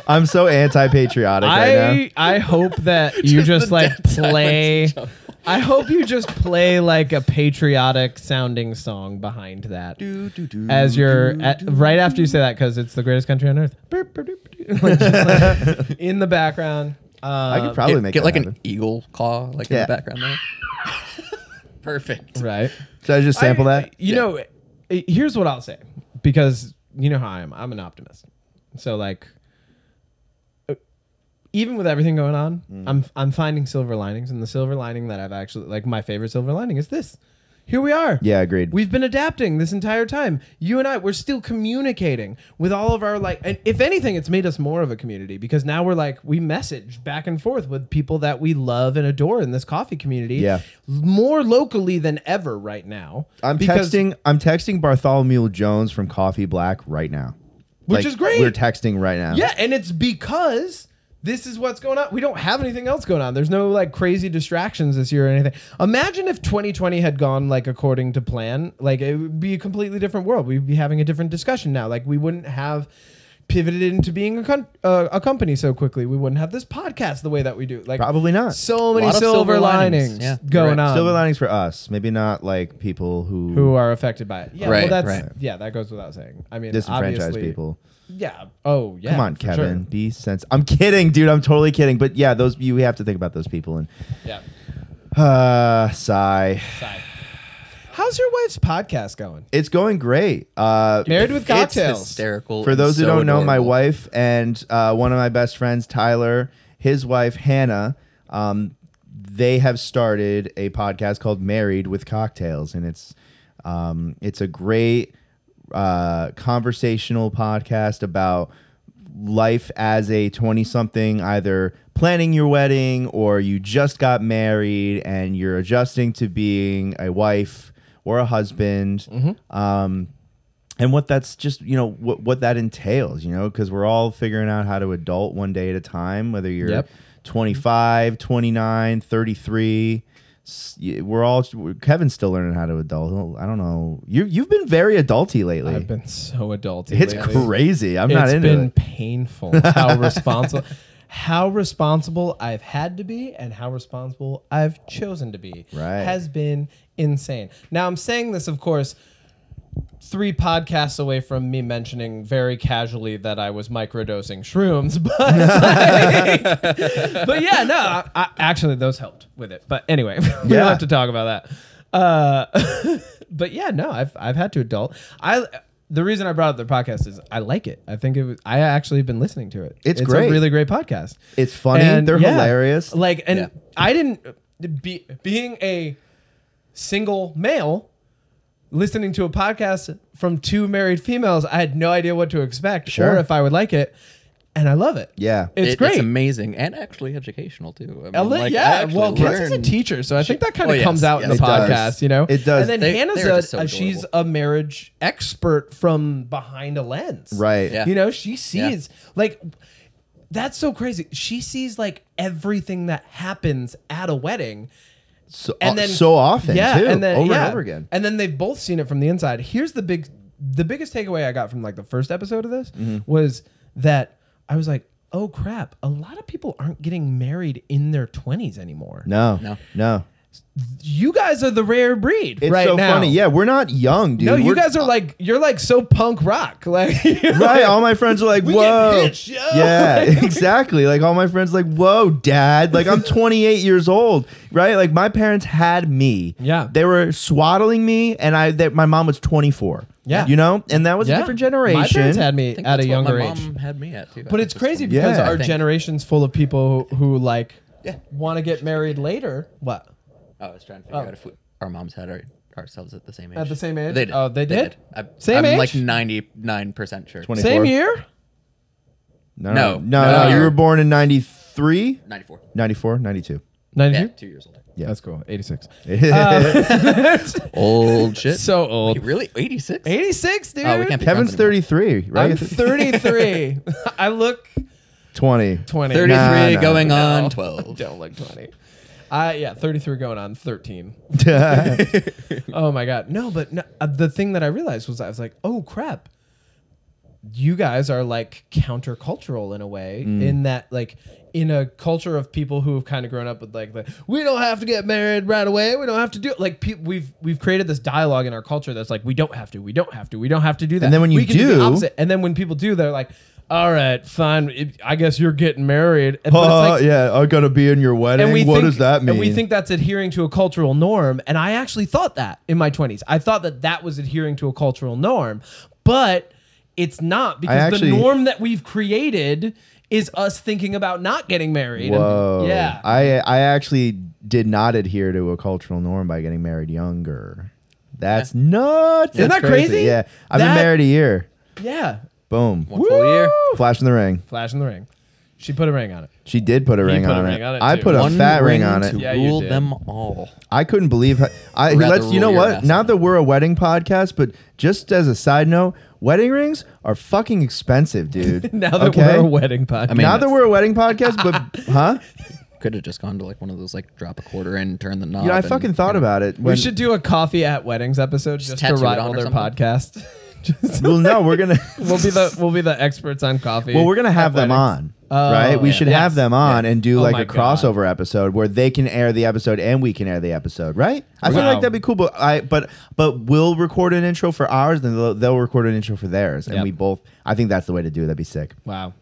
A: I'm so anti-patriotic right now.
B: I I hope that you just
C: the
B: like
C: dead silence
B: play
C: in general.
B: I hope you just play like a patriotic sounding song behind that.
C: Do, do, do,
B: as your
C: do,
B: at,
C: do.
B: right after you say that because it's the greatest country on earth Burp, burp, burp, burp. Like, just like in the background uh,
A: I could probably
C: get,
A: make
C: get
A: that
C: like
A: happen.
C: an eagle claw like
A: Yeah.
C: in the background there. Perfect.
B: right
A: Should I just sample that?
B: you know eh, here's what i'll say because you know how i am i'm an optimist so like eh, even with everything going on
A: Mm.
B: i'm i'm finding silver linings and the silver lining that i've actually like my favorite silver lining is this here we are
A: Yeah, agreed.
B: We've been adapting this entire time. You and I, we're still communicating with all of our like, and if anything, it's made us more of a community because now we're like we message back and forth with people that we love and adore in this coffee community.
A: Yeah.
B: more locally than ever right now.
A: I'm
B: because-
A: texting. I'm texting Bartholomew Jones from Coffee Black right now,
B: Which is great.
A: We're texting right now.
B: Yeah, and it's because this is what's going on. We don't have anything else going on. There's no like crazy distractions this year or anything. Imagine if 2020 had gone like according to plan. Like it would be a completely different world. We'd be having a different discussion now. Like we wouldn't have pivoted into being a, con- uh, a company so quickly. We wouldn't have this podcast the way that we do. Like
A: Probably not.
B: So many
C: Lot of
B: silver,
C: silver
B: linings,
C: linings. Yeah, you're
B: going
C: right.
B: on.
A: Silver linings for us, maybe not like people who,
B: who are affected by it? Yeah, well,
C: Right,
B: that's
C: right.
B: yeah, that goes without saying. I mean,
A: disenfranchised
B: obviously-
A: people.
B: Yeah. Oh, yeah.
A: Come on,
B: for sure.
A: Kevin. Be sense. I'm kidding, dude. I'm totally kidding. But yeah, those you have to think about those people and
B: Yeah.
A: uh, sigh.
B: Sigh. How's your wife's podcast going?
A: It's going great. Uh,
B: Married with
C: It's
B: cocktails.
C: hysterical.
A: for
C: and
A: those who
C: so
A: don't know, my
C: adorable.
A: wife and uh, one of my best friends, Tyler, his wife Hannah, um, they have started a podcast called Married with Cocktails, and it's um, it's a great uh, conversational podcast about life as a 20 something either planning your wedding or you just got married and you're adjusting to being a wife or a husband
C: Mm-hmm.
A: um, and what that's just you know what what that entails you know because we're all figuring out how to adult one day at a time whether you're
B: Yep.
A: 25 29 33 S- y- we're all kevin's still learning how to adult i don't know you you've been very adulty lately
B: I've been so adulty.
A: it's
B: lately.
A: crazy i'm not
B: It's
A: into
B: been
A: it
B: painful how responsible how responsible I've had to be and how responsible I've chosen to be
A: Right.
B: has been insane. Now I'm saying this of course three podcasts away from me mentioning very casually that I was microdosing shrooms, but like- but yeah, no, I, I, actually those helped with it. But anyway, we
A: Yeah.
B: don't have to talk about that. Uh, but yeah, no, I've I've had to adult. I the reason I brought up the podcast is I like it. I think it was, I actually have been listening to it.
A: It's
B: it's
A: great.
B: a really great podcast.
A: It's funny.
B: And,
A: They're
B: yeah,
A: hilarious.
B: Like, and
C: Yeah.
B: I didn't be being a single male listening to a podcast from two married females. I had no idea what to expect
A: Sure.
B: or if I would like it, and I love it.
A: Yeah.
B: it's
C: It-
B: great.
C: amazing and actually educational too. I mean,
B: I li-
C: like, I
B: yeah,
C: actually
B: well, Kate is a
C: learned-
B: teacher, so I think that kind of
C: Oh, yes,
B: comes out in the
C: yes,
A: it does.
B: podcast, you know.
A: It does.
B: And then
C: They-
B: Hannah's
C: they're
B: a,
C: just so
B: a- she's
C: adorable.
B: a marriage expert from behind a lens,
A: Right.
C: Yeah.
B: You know, she sees like that's so crazy. She sees like everything that happens at a wedding,
A: So,
B: and then
A: Uh, so often
B: yeah,
A: too.
B: and then,
A: over
B: yeah.
A: and over again.
B: And then they've both seen it from the inside. Here's the big, the biggest takeaway I got from like the first episode of this
A: Mm-hmm.
B: was that I was like, oh crap, a lot of people aren't getting married in their twenties anymore.
A: No. No.
C: No.
A: No.
B: You guys are the rare breed
A: It's
B: right
A: so
B: now.
A: funny. Yeah, we're not young, dude.
B: No, you
A: We're-
B: guys are like you're like so punk rock. Like you're
A: Right,
B: like-
A: all my friends are like,
B: get
A: "Whoa."
B: rich, yo.
A: Yeah, exactly. Like all my friends like, "Whoa, dad." Like I'm 28 years old, right? Like my parents had me.
B: Yeah.
A: They were swaddling me and I that my mom was 24.
B: Yeah.
A: You know? And that was
B: Yeah.
A: a different generation.
B: My parents had me
C: I think
B: at a
C: that's what
B: younger
C: my
B: age.
C: mom had me at too. I
B: But
C: think
B: it's
C: this
B: crazy
C: one.
B: because
A: Yeah. I
B: our
C: think-
B: generation's full of people who, who like
C: Yeah.
B: want to get married later. What?
C: Oh, I was trying to figure
B: Oh.
C: out if we, our moms had our, ourselves at the same age.
B: At the same age?
C: They did.
B: Oh, they did?
C: I,
B: Same
C: I'm
B: age?
C: like ninety nine percent sure.
A: 20.
B: Same
A: 24.
B: year?
A: No. No,
C: No.
A: no,
C: No.
A: you were born in 93,
C: Ninety four.
A: 94, 92.
C: Yeah,
B: 92?
C: two years old.
A: Yeah.
B: That's cool. 86.
C: Old shit.
B: so old.
C: Wait, really eighty six.
B: 86, dude.
C: Oh, we can't be
A: Kevin's
C: friends anymore.
A: 33, right?
B: I'm 33. I look
A: 20.
B: 20.
C: Thirty three
A: Nah, nah.
C: going on
B: No.
C: twelve.
B: Don't look 20. I yeah, 33 going on 13. oh my god. No, but no, uh, the thing that I realized was I was like, "Oh crap. You guys are like countercultural in a way
A: Mm.
B: in that like in a culture of people who have kind of grown up with like the we don't have to get married right away. We don't have to do it. like pe- we've we've created this dialogue in our culture that's like we don't have to. We don't have to. We don't have to do that.
A: And then when you
B: we can do,
A: do-
B: the opposite. and then when people do, they're like, "All right, fine. It- I guess you're getting married." But it's
A: Oh,
B: like,
A: yeah, I gotta be in your wedding.
B: and we
A: what
B: think,
A: does that mean?
B: And we think that's adhering to a cultural norm. And I actually thought that in my 20s. I thought that that was adhering to a cultural norm, but it's not because
A: actually-
B: the norm that we've created is us thinking about not getting married. And-
A: Whoa.
B: yeah.
A: I I actually did not adhere to a cultural norm by getting married younger. That's nuts.
B: Isn't
A: That's
B: that crazy?
A: Yeah. I've been
B: That-
A: married a year.
B: yeah.
A: Boom.
C: One full year.
A: Flash in the ring.
B: Flash in the ring. She put a ring on it.
A: She did put a ring,
B: put a
A: on, it.
B: ring on it,
A: I
B: too.
A: put a
C: One
A: fat ring on it.
C: to
B: Yeah, you
C: rule
B: did.
C: them all.
A: I couldn't believe how, I
C: Rather
A: let's you know
C: rule your
A: what?
C: ass
A: Not
C: out.
A: that we're a wedding podcast, but just as a side note, wedding rings are fucking expensive, dude.
B: Now that
A: Okay?
B: we're a wedding Oh, podcast.
C: mean-
A: now that we're a wedding podcast, but huh?
C: Could have just gone to like one of those like drop a quarter and turn the knob.
A: You know, I
C: and-
A: fucking thought about it.
B: we
A: When,
B: should do a coffee at weddings episode just, to
C: tattoo it
B: rival
C: on or
B: their
C: something.
B: podcast. Just-
A: well, no, we're gonna
B: we'll be the we'll be the experts on coffee.
A: Well, we're gonna
B: at
A: have them
B: weddings.
A: on, right? We
B: Oh, yeah.
A: should
B: Yes.
A: have them on and do
B: Oh
A: like
B: my
A: a
B: God.
A: crossover episode where they can air the episode and we can air the episode, right? I feel
B: Wow.
A: like that'd be cool. But I, but but we'll record an intro for ours, and they'll, they'll record an intro for theirs, and
B: Yep.
A: we both. I think that's the way to do. it. That'd be sick.
B: Wow.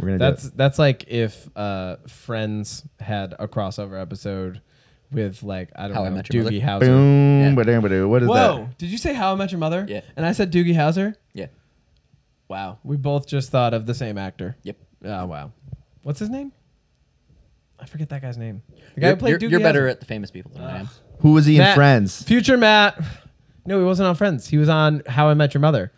A: We're gonna
B: That's
A: do
B: that's like if uh, Friends had a crossover episode with like I don't
C: How I
B: know
C: Met Your
B: Doogie
A: it.
B: Howser.
A: Boom,
C: Yeah.
A: ba-dam, ba-doo. What is
B: Whoa! Did you say How I Met Your Mother?
C: Yeah.
B: And I said Doogie Howser.
C: Yeah.
B: Wow. We both just thought of the same actor.
C: Yep.
B: Oh wow. What's his name? I forget that guy's name. The guy
C: You're,
B: who played
C: you're-
B: Doogie
C: you're better
B: Howser.
C: at the famous people than I am.
A: that? Who was he in
B: Matt.
A: Friends?
B: Future Matt. No, he wasn't on Friends. He was on How I Met Your Mother.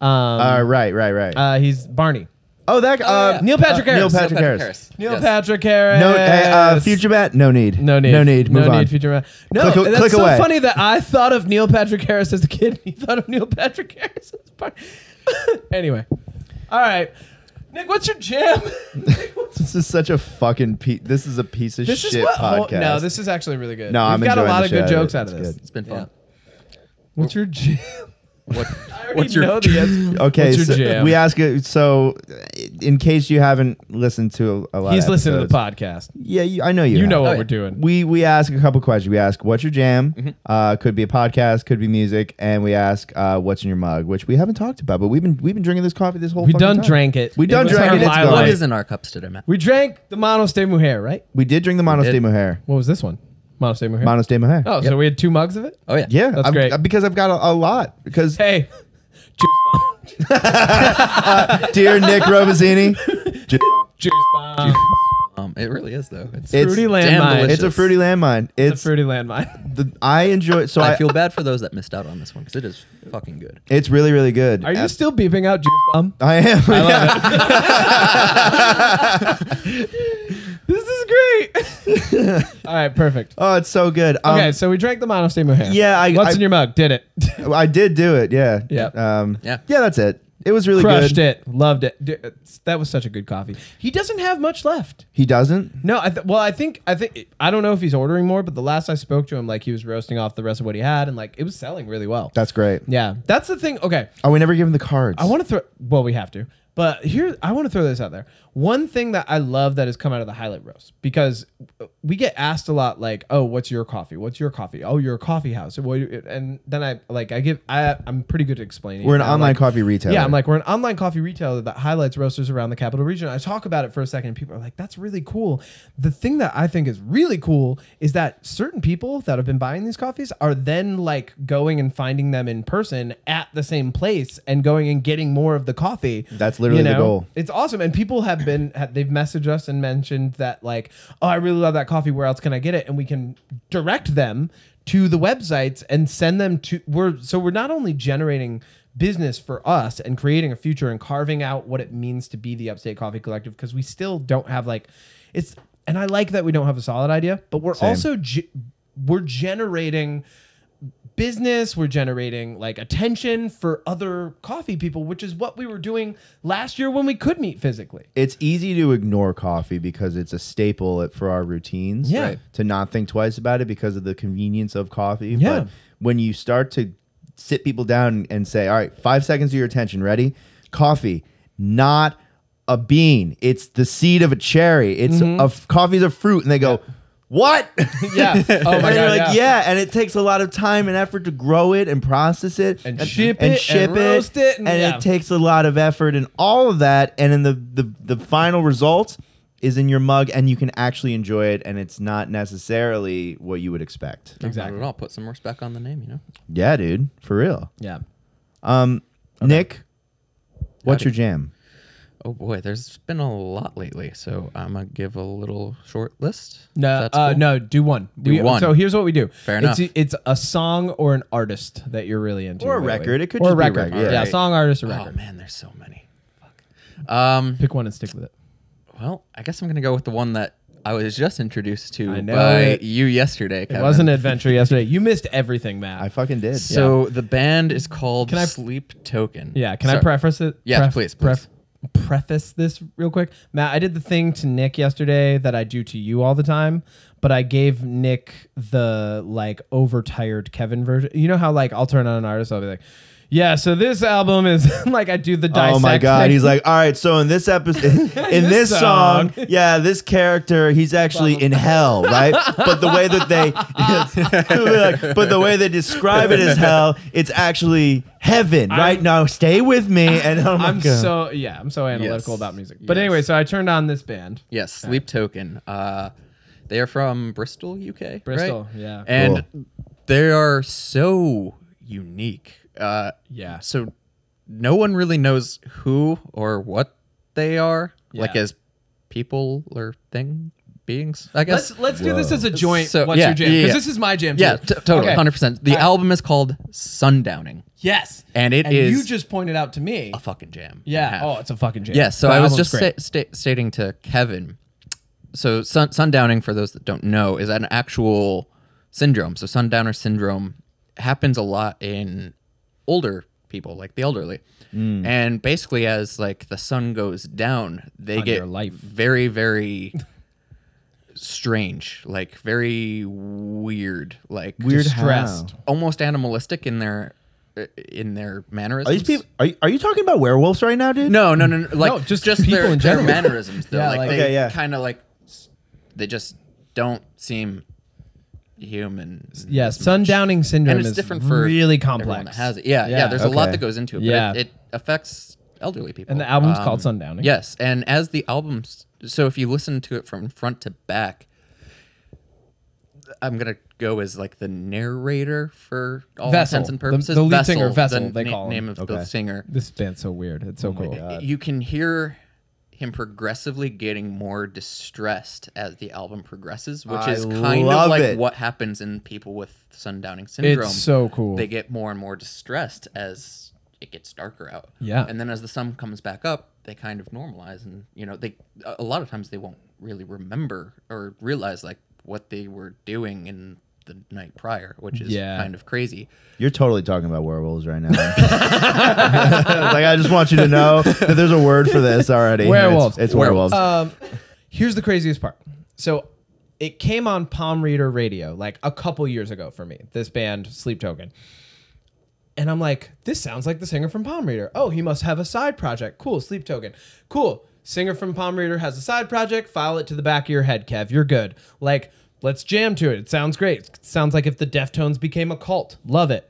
B: Um,
A: Uh, right, right, right.
B: uh, he's Barney.
A: oh, that uh,
C: oh, yeah.
B: Neil Patrick
A: Neil
B: Harris.
A: Patrick Harris.
B: Neil
C: Yes.
B: Patrick Harris.
A: No, hey, uh, Future Matt. No need.
B: No need.
A: No need. Move
B: no
A: on.
B: Need future Matt. No,
A: Click a-
B: that's
A: click
B: so
A: away.
B: funny that I thought of Neil Patrick Harris as a kid. And you thought of Neil Patrick Harris as part. anyway, all right, Nick, what's your jam? Nick, what's-
A: This is such a fucking. Pe- this is a piece of
B: this
A: shit
B: is what. oh,
A: podcast.
B: no, this is actually really good.
A: No,
B: We've
A: I'm
B: got a
A: enjoying
B: lot
A: the
B: of good
A: shit out of
B: jokes
A: it.
B: out of
A: It's
B: this.
A: good.
C: It's been fun.
B: What's your jam?
C: What?
B: I already
C: What's your
B: know the answer.
A: Okay,
B: What's your
A: so
B: jam?
A: we ask it. So, in case you haven't listened to a, a lot,
B: He's
A: of
B: listening to the
A: episodes-
B: podcast.
A: Yeah, you, I know you.
B: You
A: have.
B: know what
C: yeah.
B: we're doing.
A: We we ask a couple questions. We ask what's your jam?
B: Mm-hmm.
A: Uh, could be a podcast, could be music, and we ask uh, what's in your mug, which we haven't talked about, but we've been we've been drinking this coffee this whole.
B: We
A: fucking
B: done
A: time.
B: drank it.
A: We done
B: was
A: drank
B: our
A: it. It's
B: highlight.
A: gone.
C: What is in our cups today, Matt?
B: We drank the Manos de Mujer, right?
A: We did drink the Manos
C: did.
A: de Mujer.
B: What was this one? Manos de Mujer.
A: Manos de Mujer.
B: oh, so we had two mugs of it.
C: Oh yeah.
A: yeah,
B: Oh,
A: uh,
B: that's
A: I've-
B: great.
A: Because I've got a, a lot. Because
B: Hey.
A: uh, Dear Nick Rovazzini,
B: Juice bomb.
D: Um, it really is though. It's,
A: it's,
B: Fruity
D: damn
B: landmine.
D: delicious.
A: it's a fruity landmine.
B: It's
A: It's
B: a fruity landmine.
A: the, I enjoy. So I,
C: I feel bad for those that missed out on this one because it is fucking good.
A: it's really really good.
B: Are you still beeping out juice bomb?
A: I am.
B: This is great. All right, perfect.
A: oh, it's so good. Um,
B: Okay, so we drank the monostate mohair.
A: Yeah, I-
B: What's
A: I-
B: in your mug? Did it?
A: I did do it. Yeah.
B: Yep.
A: Um,
C: Yeah.
A: Yeah, that's it. It was really
B: Crushed
A: good.
B: it. Loved it. D- it's- That was such a good coffee. He doesn't have much left.
A: He doesn't.
B: No, I th- well, I think I think I don't know if he's ordering more, but the last I spoke to him, like he was roasting off the rest of what he had, and like it was selling really well.
A: That's great.
B: yeah, that's the thing. Okay,
A: Oh, we never give him the cards.
B: I want to throw. Well, we have to. But here, I want to throw this out there. One thing that I love that has come out of the highlight roast because we get asked a lot, like, "Oh, what's your coffee? What's your coffee? Oh, you're a coffee house." What do you- And then I like I give I I'm pretty good at explaining.
A: We're an
B: I'm
A: online
B: like-
A: coffee retailer.
B: Yeah, I'm like we're an online coffee retailer that highlights roasters around the capital region. I talk about it for a second, and people are like, "That's really cool." The thing that I think is really cool is that certain people that have been buying these coffees are then like going and finding them in person at the same place and going and getting more of the coffee.
A: That's literally the goal.
B: It's awesome, and people have been ha- they've messaged us and mentioned that like, "Oh, I really love that coffee. Where else can I get it?" And we can direct them to the websites and send them to we're so we're not only generating business for us and creating a future and carving out what it means to be the Upstate Coffee Collective because we still don't have like it's and I like that we don't have a solid idea, but we're also ge- we're generating business we're generating like attention for other coffee people which is what we were doing last year when we could meet physically
A: it's easy to ignore coffee because it's a staple at- for our routines.
B: Yeah. Right.
A: To not think twice about it because of the convenience of coffee.
B: Yeah.
A: But when you start to sit people down and say, all right, five seconds of your attention, ready? Coffee, not a bean. It's the seed of a cherry. It's
B: Mm-hmm.
A: a f- coffee's a fruit. And they go, what?
B: yeah oh
A: and
B: my
A: you're
B: god
A: like, yeah. and it takes a lot of time and effort to grow it and process it
B: And ship it and
A: ship
B: roast it and-
A: and
B: yeah.
A: it takes a lot of effort and all of that, and then the the, the final result is in your mug, and you can actually enjoy it, and it's not necessarily what you would expect.
C: No,
B: Exactly.
C: Not at all. Put some respect on the name, you know.
A: Yeah, dude, for real.
B: yeah
A: Um, Nick, what's
C: Howdy.
A: your jam?
C: Oh boy, there's been a lot lately, so I'm gonna give a little short list. if
B: no
C: that's
B: uh,
C: cool.
B: no do one do
C: one.
B: so here's what we do
C: Fair
B: it's,
C: enough.
B: it's a song or an artist that you're really into
A: Or a
B: lately.
A: record. It could
B: or
A: just
B: a
A: be a
B: record,
A: record.
B: yeah
C: Alright.
B: song artist or
C: Oh
B: record
C: man, there's so many. Fuck. Um,
B: pick one and stick with it
C: well, I guess I'm gonna go with the one that I was just introduced to
B: I know
C: by
B: it.
C: you yesterday.
B: it
C: Kevin.
B: was an adventure yesterday you missed everything matt
A: I fucking did.
C: So the band is called
B: Can I-
C: Sleep Token.
B: Yeah, can I
C: Sorry.
B: preface it?
C: Yeah, please, please.
B: preface this real quick, Matt. I did the thing to Nick yesterday that I do to you all the time, but I gave Nick the like overtired Kevin version. You know how like I'll turn on an artist, I'll be like, "Yeah, so this album is like I do the dissect."
A: Oh my god,
B: thing.
A: he's like, all right. So in this episode, in this,
B: this
A: song,
B: song.
A: yeah, this character, he's actually in hell, right? But the way that they, like, but the way they describe it as hell, it's actually heaven, right? Now stay with me, and oh my
B: I'm
A: god,
B: so yeah, I'm so analytical
C: Yes.
B: about music. But
C: Yes.
B: anyway, so I turned on this band.
C: Yes, Sleep Token. Uh, they are from Bristol, UK.
B: Bristol,
C: right?
B: yeah.
C: And they are so unique. Uh,
B: Yeah.
C: So no one really knows who or what they are, like
B: Yeah.
C: as people or thing beings. I guess.
B: Let's let's do this as a joint.
C: So-
B: What's
C: yeah,
B: your jam?
C: yeah,
B: Because
C: yeah.
B: this is my jam.
C: yeah,
B: too.
C: t- totally,
B: Okay.
C: hundred percent. The
B: All right.
C: album is called Sundowning.
B: Yes,
C: And it
B: it is. You
C: is-
B: just pointed out to me.
C: A fucking jam.
B: Yeah.
C: Half.
B: Oh, it's a fucking jam.
C: Yeah, so
B: The
C: I was
B: album's
C: just
B: great.
C: sta- sta- stating to Kevin. So sun- sundowning, for those that don't know, is an actual syndrome. So sundowner syndrome happens a lot in older people, like the elderly. And basically, as like the sun goes down, they
B: On your
C: get
B: life.
C: very, very strange, like very weird, like
A: weird.
C: just
A: How?
B: distressed.
C: almost animalistic in their uh, in their mannerisms.
A: Are these people? Are you, are you talking about werewolves right now, dude?
C: No, no, no, no. Like
B: No, just
C: just just
B: people
C: their,
B: in
C: their
B: general.
C: mannerisms though.
B: Yeah,
C: like,
B: like-
C: they
A: Okay, yeah.
C: kind of like s- they just don't seem human.
B: Yes, sundowning syndrome
C: and it's
B: is
C: different for
B: really
C: everyone
B: complex.
C: that has it. Yeah, yeah.
B: Yeah.
C: there's a lot
A: Okay.
C: that goes into it. But
B: Yeah.
C: it, it affects elderly people.
B: And
C: Um,
B: the album's called Sundowning.
C: Yes, and as the albums, so if you listen to it from front to back, I'm gonna go as like the narrator for all
B: Vessel.
C: intents and
B: The-
C: purposes.
B: the lead singer, Vessel,
C: the
B: they
C: na-
B: call him.
C: name of
A: Okay.
C: the singer.
B: This band's so weird. It's so
C: Oh
B: cool.
C: You can hear him progressively getting more distressed as the album progresses, which
A: I
C: is kind
A: love
C: of like
A: it.
C: what happens in people with sundowning syndrome.
B: It's so cool.
C: They get more and more distressed as it gets darker out.
B: Yeah.
C: And then as the sun comes back up, they kind of normalize and you know, they a a lot of times they won't really remember or realize like what they were doing in the night prior, which is
B: Yeah.
C: kind of crazy.
A: You're totally talking about werewolves right now. like I just want you to know that there's a word for this already. It's-
B: Werewolves.
A: It's, werewolves.
B: Um, here's the craziest part. So it came on Palm Reader Radio like a couple years ago for me. This band Sleep Token. And I'm like, this sounds like the singer from Palm Reader. Oh, he must have a side project. Cool, Sleep Token. Cool. Singer from Palm Reader has a side project. File it to the back of your head, Kev. You're good. Like, let's jam to it. It sounds great. It sounds like if the Deftones became a cult. Love it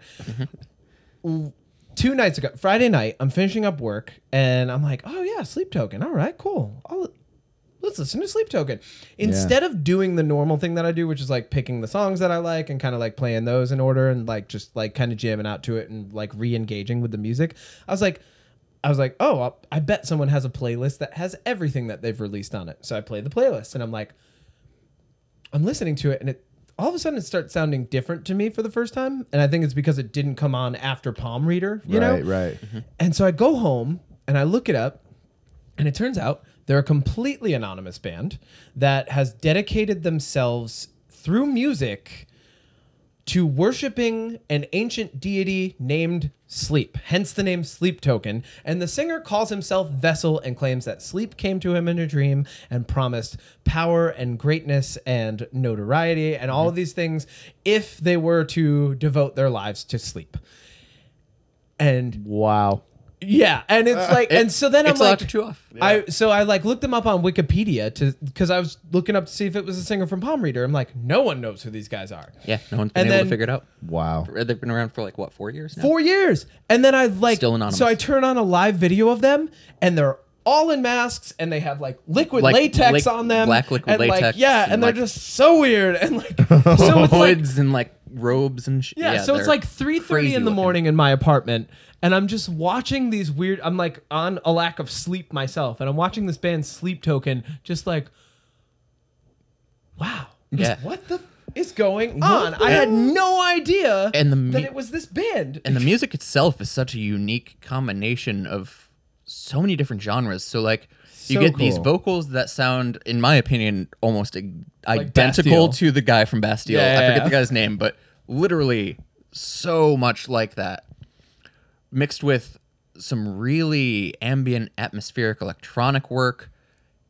B: two nights ago, Friday night, I'm finishing up work and I'm like, oh yeah, sleep token. All right, cool. I'll, let's listen to sleep token. Instead of doing the normal thing that I do, which is like picking the songs that I like and kind of like playing those in order and like just like kind of jamming out to it and like re engaging with the music, I was like, I was like, oh, I'll- I bet someone has a playlist that has everything that they've released on it. So I play the playlist and I'm like, I'm listening to it and it all of a sudden it starts sounding different to me for the first time. And I think it's because it didn't come on after Palm Reader, you know?
A: right, right.
B: And so I go home and I look it up, and it turns out they're a completely anonymous band that has dedicated themselves through music to worshiping an ancient deity named Sleep, hence the name Sleep Token. And the singer calls himself Vessel and claims that sleep came to him in a dream and promised power and greatness and notoriety and all of these things if they were to devote their lives to sleep. And
A: Wow.
B: yeah, and it's like, and so then I'm
C: Uh, it's a lot
B: like,
C: to chew off.
B: I so I like looked them up on Wikipedia to because I was looking up to see if it was a singer from Palm Reader. I'm like, no one knows who these guys are.
C: Yeah, no one's been
B: And
C: able
B: then-
C: to figure it out.
A: Wow.
C: They've been around for like what, four years now?
B: Four years, and then I like
C: Still anonymous.
B: So I turn on a live video of them, and they're all in masks, and they have like liquid
C: Like,
B: latex
C: lic-
B: on them,
C: black liquid
B: and, like,
C: latex
B: yeah, and,
C: and,
B: they're
C: like-
B: just so weird, and like so it's like
C: hoods and like robes and shit.
B: Yeah, so it's like 3:30
C: crazy
B: in the
C: looking.
B: morning in my apartment and I'm just watching these weird I'm like on a lack of sleep myself and I'm watching this band Sleep Token just like wow.
C: Yeah.
B: What the f- is going on? I had no idea
C: And the
B: that
C: mu-
B: it was this band.
C: and the music itself is such a unique combination of so many different genres. So like you
B: So
C: get these
B: cool.
C: vocals that sound, in my opinion, almost i-
B: Bastille.
C: identical to the guy from Bastille.
B: Yeah, yeah,
C: I forget
B: yeah.
C: the guy's name, but literally so much like that, mixed with some really ambient atmospheric electronic work,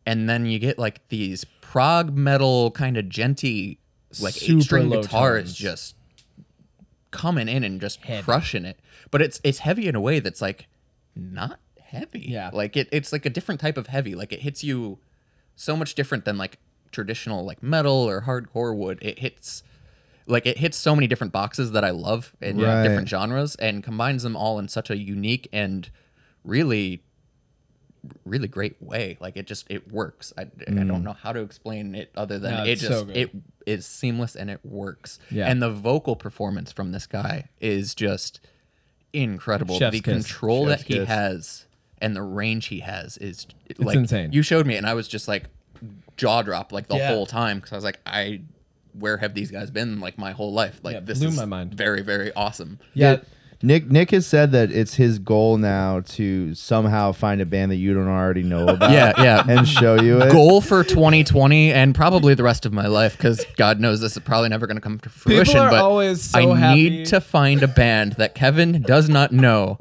C: and then you get like these prog metal kind of genty like
B: Super
C: eight string
B: low
C: guitars
B: tones.
C: just coming in and just crushing it. But it's it's heavy in a way that's like not heavy.
B: Yeah.
C: Like it, it's like a different type of heavy. Like it hits you so much different than like traditional like metal or hardcore would. It hits like it hits so many different boxes that I love in
A: Right.
C: different genres and combines them all in such a unique and really really great way like it just it works i, I don't know how to explain it other than
B: Mm. No,
C: it
B: it's so
C: just
B: good.
C: it is seamless and it works
B: Yeah.
C: and the vocal performance from this guy is just incredible
B: Chef's
C: the
B: kiss.
C: control
A: Chef's
C: that he
A: kiss.
C: has and the range he has is like
B: insane.
C: you showed me and i was just like jaw drop like the
B: Yeah.
C: whole time because i was like i where have these guys been like my whole life like
B: Yeah,
C: this
B: blew
C: is
B: my mind.
C: very very awesome
B: yeah.
A: Nick Nick has said that it's his goal now to somehow find a band that you don't already know about
C: yeah yeah
A: and show you it.
C: goal for 2020 and probably the rest of my life because God knows this is probably never going to come to fruition.
B: are
C: but
B: always so
C: I
B: happy.
C: need to find a band that Kevin does not know,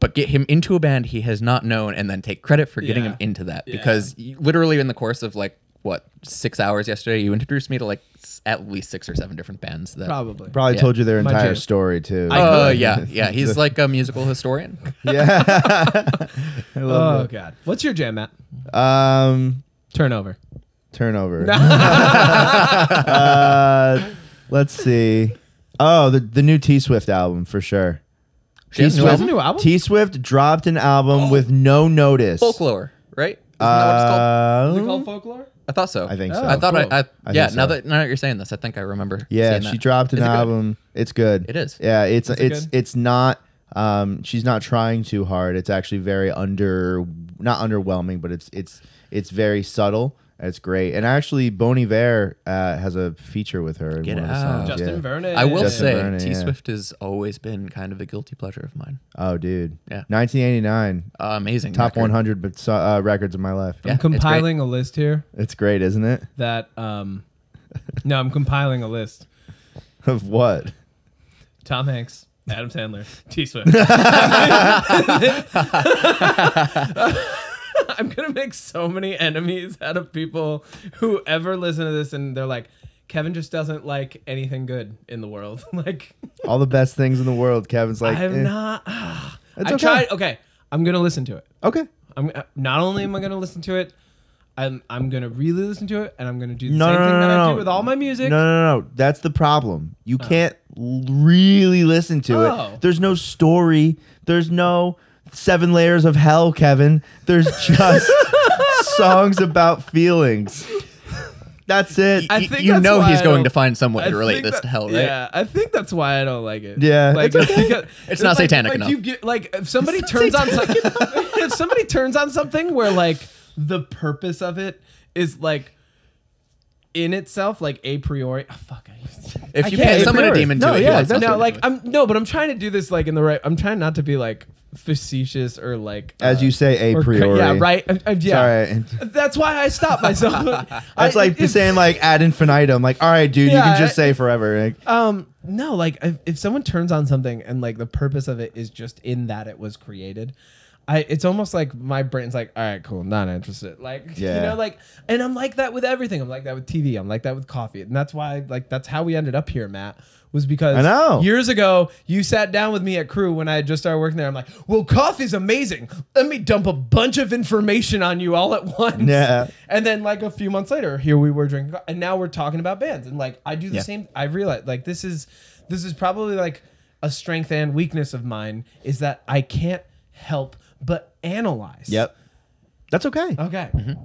C: but get him into a band he has not known and then take credit for getting
B: Yeah.
C: him into that. Because y- literally in the course of like, what, six hours yesterday, you introduced me to like s- at least six or seven different bands that.
B: Probably.
A: Probably told you their
B: My
A: entire
B: jam.
A: story too.
C: Oh, yeah. Yeah. He's like a musical historian.
A: yeah. I
B: Oh
A: love
B: god. What's your jam, Matt?
A: it. Um
B: Turnover.
A: turnover. uh, let's see. Oh, the the new T Swift album for sure.
C: She has a new
B: Swift-
C: album?
B: new album?
A: T Swift dropped an album with no notice.
C: Folklore, right? Isn't that what it's called?
A: Uh,
B: Is
C: Mm-hmm.
B: it called folklore?
C: I thought so.
A: I think so.
C: I thought
B: Oh, cool.
C: I, I,
A: I
C: yeah.
A: think
C: Now
A: so.
C: that now that you're saying this, I think I remember.
A: Yeah,
C: seeing
A: she
C: that.
A: dropped an
C: Is it good?
A: album. It's good.
C: It is.
A: Yeah, it's it's
B: good?
A: it's not. Um, she's not trying too hard. It's actually very under, not underwhelming, but it's it's it's very subtle. It's great. And actually, Bon Iver uh, has a feature with her. in
C: Get
A: one of the
C: out.
A: songs,
B: Justin
A: yeah.
B: Vernon.
C: I will
A: Justin
C: say,
A: Vernon,
C: T
A: yeah.
C: Swift has always been kind of a guilty pleasure of mine.
A: Oh, dude.
C: Yeah.
A: 1989,
C: Uh, amazing.
A: top
C: record.
A: 100 but so- uh, records of my life.
C: Yeah,
B: I'm
C: it's great.
B: compiling a list here
A: It's great, isn't it?
B: that um no, I'm compiling a list.
A: Of what?
B: Tom Hanks, Adam Sandler, T Swift. I'm gonna make so many enemies out of people who ever listen to this and they're like, Kevin just doesn't like anything good in the world. like
A: All the best things in the world. Kevin's like,
B: I have
A: eh,
B: not
A: that's
B: I
A: okay.
B: tried okay, I'm gonna listen to it.
A: Okay.
B: I'm uh, not only am I gonna listen to it, I'm I'm gonna really listen to it, and I'm gonna do the
A: No,
B: same
A: no,
B: thing
A: no,
B: that I
A: no,
B: do
A: no.
B: with all my music.
A: No, no, no. That's the problem. You can't l- really listen to
B: Oh.
A: it. There's no story. There's no seven layers of hell, Kevin. There's just songs about feelings. That's it.
B: I
C: Y-
B: think
C: you
B: that's
C: know
B: why
C: he's
B: I
C: going
B: don't-
C: to find some way
B: I
C: to relate
B: think
C: this
B: that-
C: to hell, right?
B: Yeah, I think that's why I don't like it.
A: Yeah,
B: like,
A: it's okay.
B: because-
C: It's not
B: like-
C: satanic
B: like,
C: enough.
B: You get, like if somebody turns on something, if somebody turns on something where like the purpose of it is like in itself, like a priori. Oh, fuck. I
C: If
B: I
C: you
B: can't-
C: can't
B: a
C: summon a
A: priori.
C: demon
A: No,
C: to it,
A: yeah,
C: you
A: that's-
C: want something
B: no,
C: to
B: like
C: do it.
B: I'm no, but I'm trying to do this like in the right. I'm trying not to be like facetious or like uh,
A: As you say, a
B: or cra-
A: priori.
B: Yeah, right. Uh, uh, yeah.
A: Sorry.
B: That's why I stopped myself.
A: That's
B: I-
A: like
B: if-
A: saying like ad infinitum. Like, all right, dude, you
B: Yeah,
A: can just
B: I-
A: say forever. Like,
B: Um, no, like if, if someone turns on something and like the purpose of it is just in that it was created, I it's almost like my brain's like, all right, cool, I'm not interested. Like, you
A: Yeah.
B: know, like, and I'm like that with everything. I'm like that with TV. I'm like that with coffee, and that's why like that's how we ended up here, Matt. Was because
A: I know.
B: years ago you sat down with me at Crew when I had just started working there. I'm like, well, coffee's amazing. Let me dump a bunch of information on you all at once.
A: Yeah.
B: And then like a few months later, here we were drinking, co- and now we're talking about bands. And like I do the
C: Yeah.
B: same. I realize like this is this is probably like a strength and weakness of mine is that I can't help but analyze.
A: yep. That's okay.
B: Okay.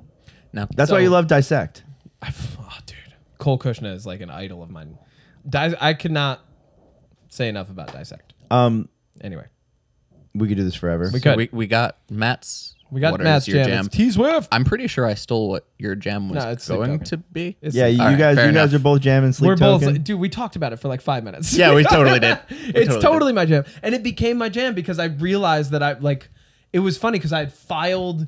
C: no.
A: That's why you love dissect.
B: I f- oh, dude, Cole Kushner is like an idol of mine. Dis- I cannot say enough about dissect.
A: Um,
B: Anyway,
A: we could do this forever.
B: we
C: So
B: could.
C: we, we got Matt's.
B: We got
C: what is
B: Matt's
C: your
B: jam. It's T Swift.
C: I'm pretty sure I stole what your jam was
B: No, it's Sleep
C: going
B: Token.
C: to be.
B: It's-
A: yeah, you,
C: All right,
A: guys, you
C: fair
A: guys are
C: enough.
A: both jamming sleep
B: We're both,
A: token.
B: dude. We talked about it for like five minutes.
C: Yeah, we totally did. We
B: it's
C: totally
B: totally, my jam, and it became my jam because I realized that I like. It was funny because I had filed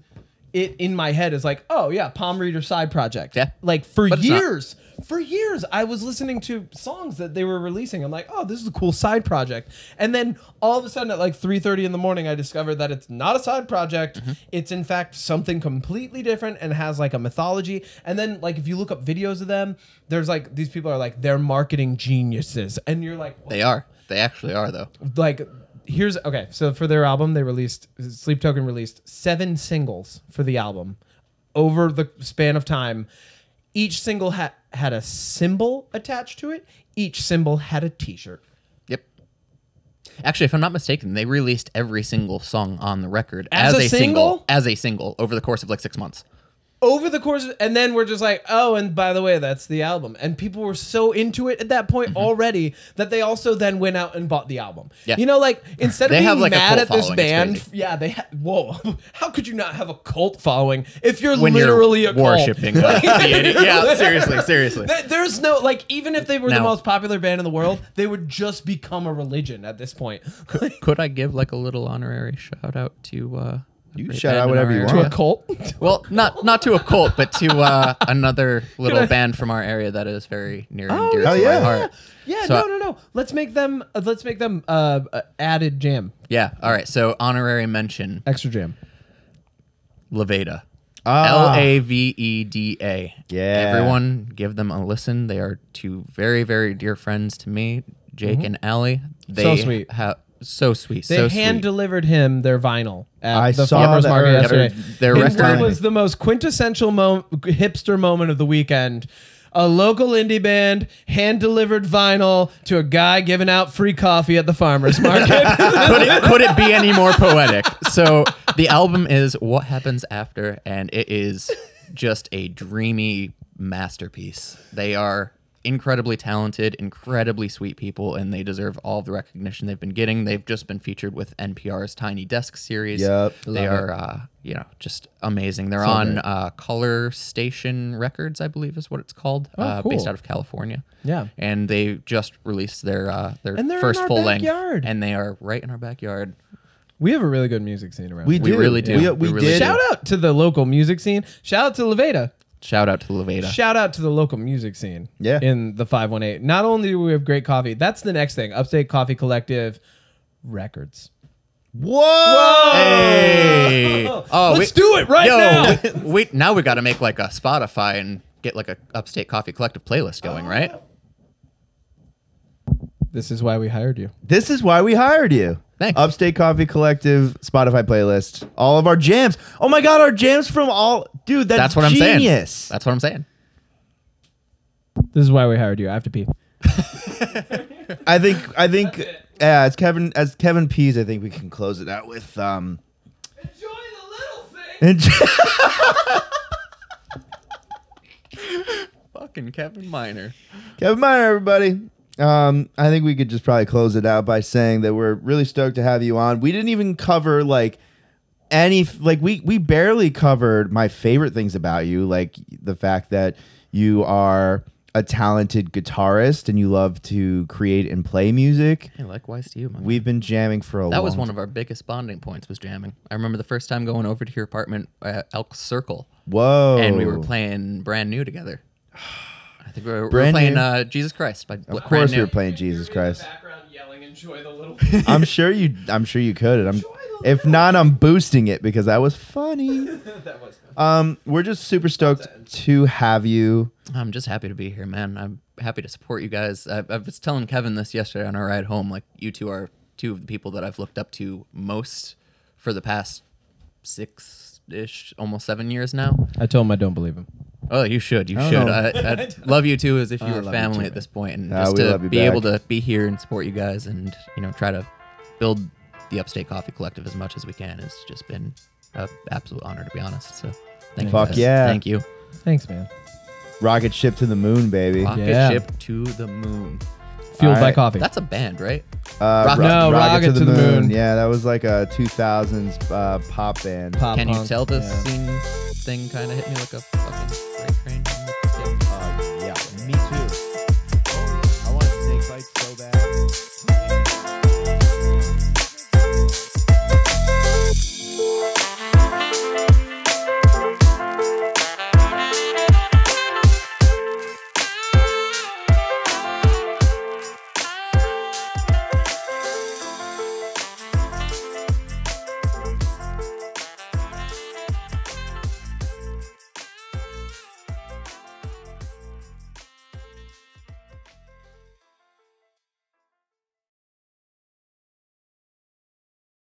B: it in my head as like, oh yeah, Palm Reader side project.
C: Yeah.
B: Like for
C: But it's not.
B: years, for years, I was listening to songs that they were releasing. I'm like, oh, this is a cool side project. And then all of a sudden, at like 3:30 in the morning, I discovered that it's not a side project. It's in fact something completely different and has like a mythology. And then like if you look up videos of them, there's like these people are like they're marketing geniuses, and you're like,
C: They are. They actually are though.
B: like here's okay so for their album they released sleep token released seven singles for the album over the span of time each single ha- had a symbol attached to it each symbol had a t-shirt
C: Yep. Actually, if I'm not mistaken, they released every single song on the record
B: As a single?
C: as a single over the course of like six months.
B: over the course of, and then we're just like oh and by the way that's the album and people were so into it at that point already that they also then went out and bought the album
C: Mm-hmm. Yeah.
B: you know like instead of
C: They
B: being
C: have, like, a
B: mad
C: cult
B: at this
C: following, it's
B: band
C: crazy.
B: yeah they ha- whoa how could you not have a cult following if you're
C: When
B: literally
C: you're
B: a cult
C: worshiping, uh, deity. yeah, seriously, seriously.
B: There- There's no like even if they were the
C: Now-
B: most popular band in the world, they would just become a religion at this point.
C: Could I give like a little honorary shout out to? uh a
A: You
C: great
A: shout
C: band
A: out
C: in
A: whatever
C: our
A: you
C: area?
A: want.
B: to a cult.
C: Well, not not to a cult, but to uh, another little
B: I- Oh,
C: band from our area that is very near and dear
A: yeah.
C: to
A: Hell yeah.
C: my heart.
B: yeah,
C: So-
B: no, no, no. Let's make them. Uh, let's make them uh, uh, added jam,
C: Yeah. All right. So honorary mention,
B: extra jam.
C: Levada.
A: Ah.
C: L A V E D A.
A: Yeah.
C: Everyone, give them a listen. They are two very, very dear friends to me, Jake and Allie. They
B: Mm-hmm. So sweet.
C: ha- so sweet.
B: They
C: so
B: hand
C: sweet.
B: delivered him their vinyl at
A: I
B: the
A: saw
B: farmers
A: that
B: market
A: earlier.
B: yesterday.
C: Their
B: It
C: record-
B: was the most quintessential mo- hipster moment of the weekend. A local indie band hand delivered vinyl to a guy giving out free coffee at the farmers market.
C: could, it, could it be any more poetic? So the album is What Happens After, and it is just a dreamy masterpiece. They are incredibly talented, incredibly sweet people, and they deserve all the recognition they've been getting. They've just been featured with NPR's Tiny Desk series.
A: Yep.
C: They are, uh, you know, just amazing. They're on uh, Color Station Records, I believe is what it's called, uh, based
B: cool.
C: out of California.
B: Yeah.
C: And they just released their uh, their
B: And they're in
C: first
B: our
C: full
B: backyard.
C: length, and they are right in our backyard.
B: We have a really good music scene around.
A: We,
B: here.
A: do.
C: really do.
A: We,
C: We
A: we
C: really
A: did.
C: do.
B: shout out to the local music scene. Shout out to Levada.
C: Shout out to Levada.
B: Shout out to the local music scene.
A: Yeah.
B: In the 518. Not only do we have great coffee, that's the next thing. Upstate Coffee Collective records.
A: Whoa!
C: Hey. Oh,
B: Let's do it right
C: Yo,
B: now.
C: we- We, now we got to make like a Spotify and get like a Upstate Coffee Collective playlist going, right?
B: This is why we hired you.
A: This is why we hired you.
C: Thanks.
A: Upstate Coffee Collective Spotify playlist. All of our jams. Oh my god, our jams from all dude. That's,
C: That's what I'm saying.
A: genius.
C: That's what I'm saying.
B: This is why we hired you. I have to pee.
A: I think. I think. Yeah, as Kevin as Kevin Pease, I think we can close it out with. um
B: Enjoy the little thing.
C: Fucking Kevin Miner.
A: Kevin Meyer, everybody. Um, I think we could just probably close it out by saying that we're really stoked to have you on. We didn't even cover like any like we we barely covered my favorite things about you, like the fact that you are a talented guitarist and you love to create and play music.
C: Hey, likewise to you, man.
A: We've been jamming for a long
C: that was one of our biggest bonding points was jamming. I remember the first time going over to your apartment at Elk Circle,
A: Whoa.
C: and we were playing Brand New together. I think we were, we were
A: Brand
C: playing
A: New?
C: uh, Jesus Christ by Bl-
A: Of course
C: Brand
A: we
C: New.
A: were playing Jesus Christ.
B: background yelling, enjoy the little
A: I'm sure you I'm sure you could. I'm if not, I'm boosting it because that was funny.
B: that was
A: Um, we're just super stoked to have you.
C: I'm just happy to be here, man. I'm happy to support you guys. I, I was telling Kevin this yesterday on our ride home. Like, you two are two of the people that I've looked up to most for the past six ish, almost seven years now.
B: I told him I don't believe him.
C: Oh, you should. You
A: I don't
C: should.
A: know.
C: I, I love you too, as if you were
B: love you
C: family
B: too,
C: at this point, and
A: Ah,
C: just
A: we
C: to
A: love you
C: be able
A: back.
C: to be here and support you guys, and you know, try to build the Upstate Coffee Collective as much as we can. It's just been an absolute honor, to be honest. So, thank you
A: Fuck
C: guys.
A: yeah.
C: Thank you.
B: Thanks, man.
A: Rocket ship to the moon, baby.
C: Rocket
B: Yeah.
C: ship to the moon.
B: Fueled
A: All
B: by
A: right.
B: coffee.
C: That's a band, right?
A: Uh,
C: Rocket-
B: No, Rocket to the Moon.
A: Yeah, that was like a 2000s uh, pop band.
B: Pop
C: Can you
B: punk,
C: tell the
B: yeah.
C: scene thing kind of hit me like a fucking
A: Uh,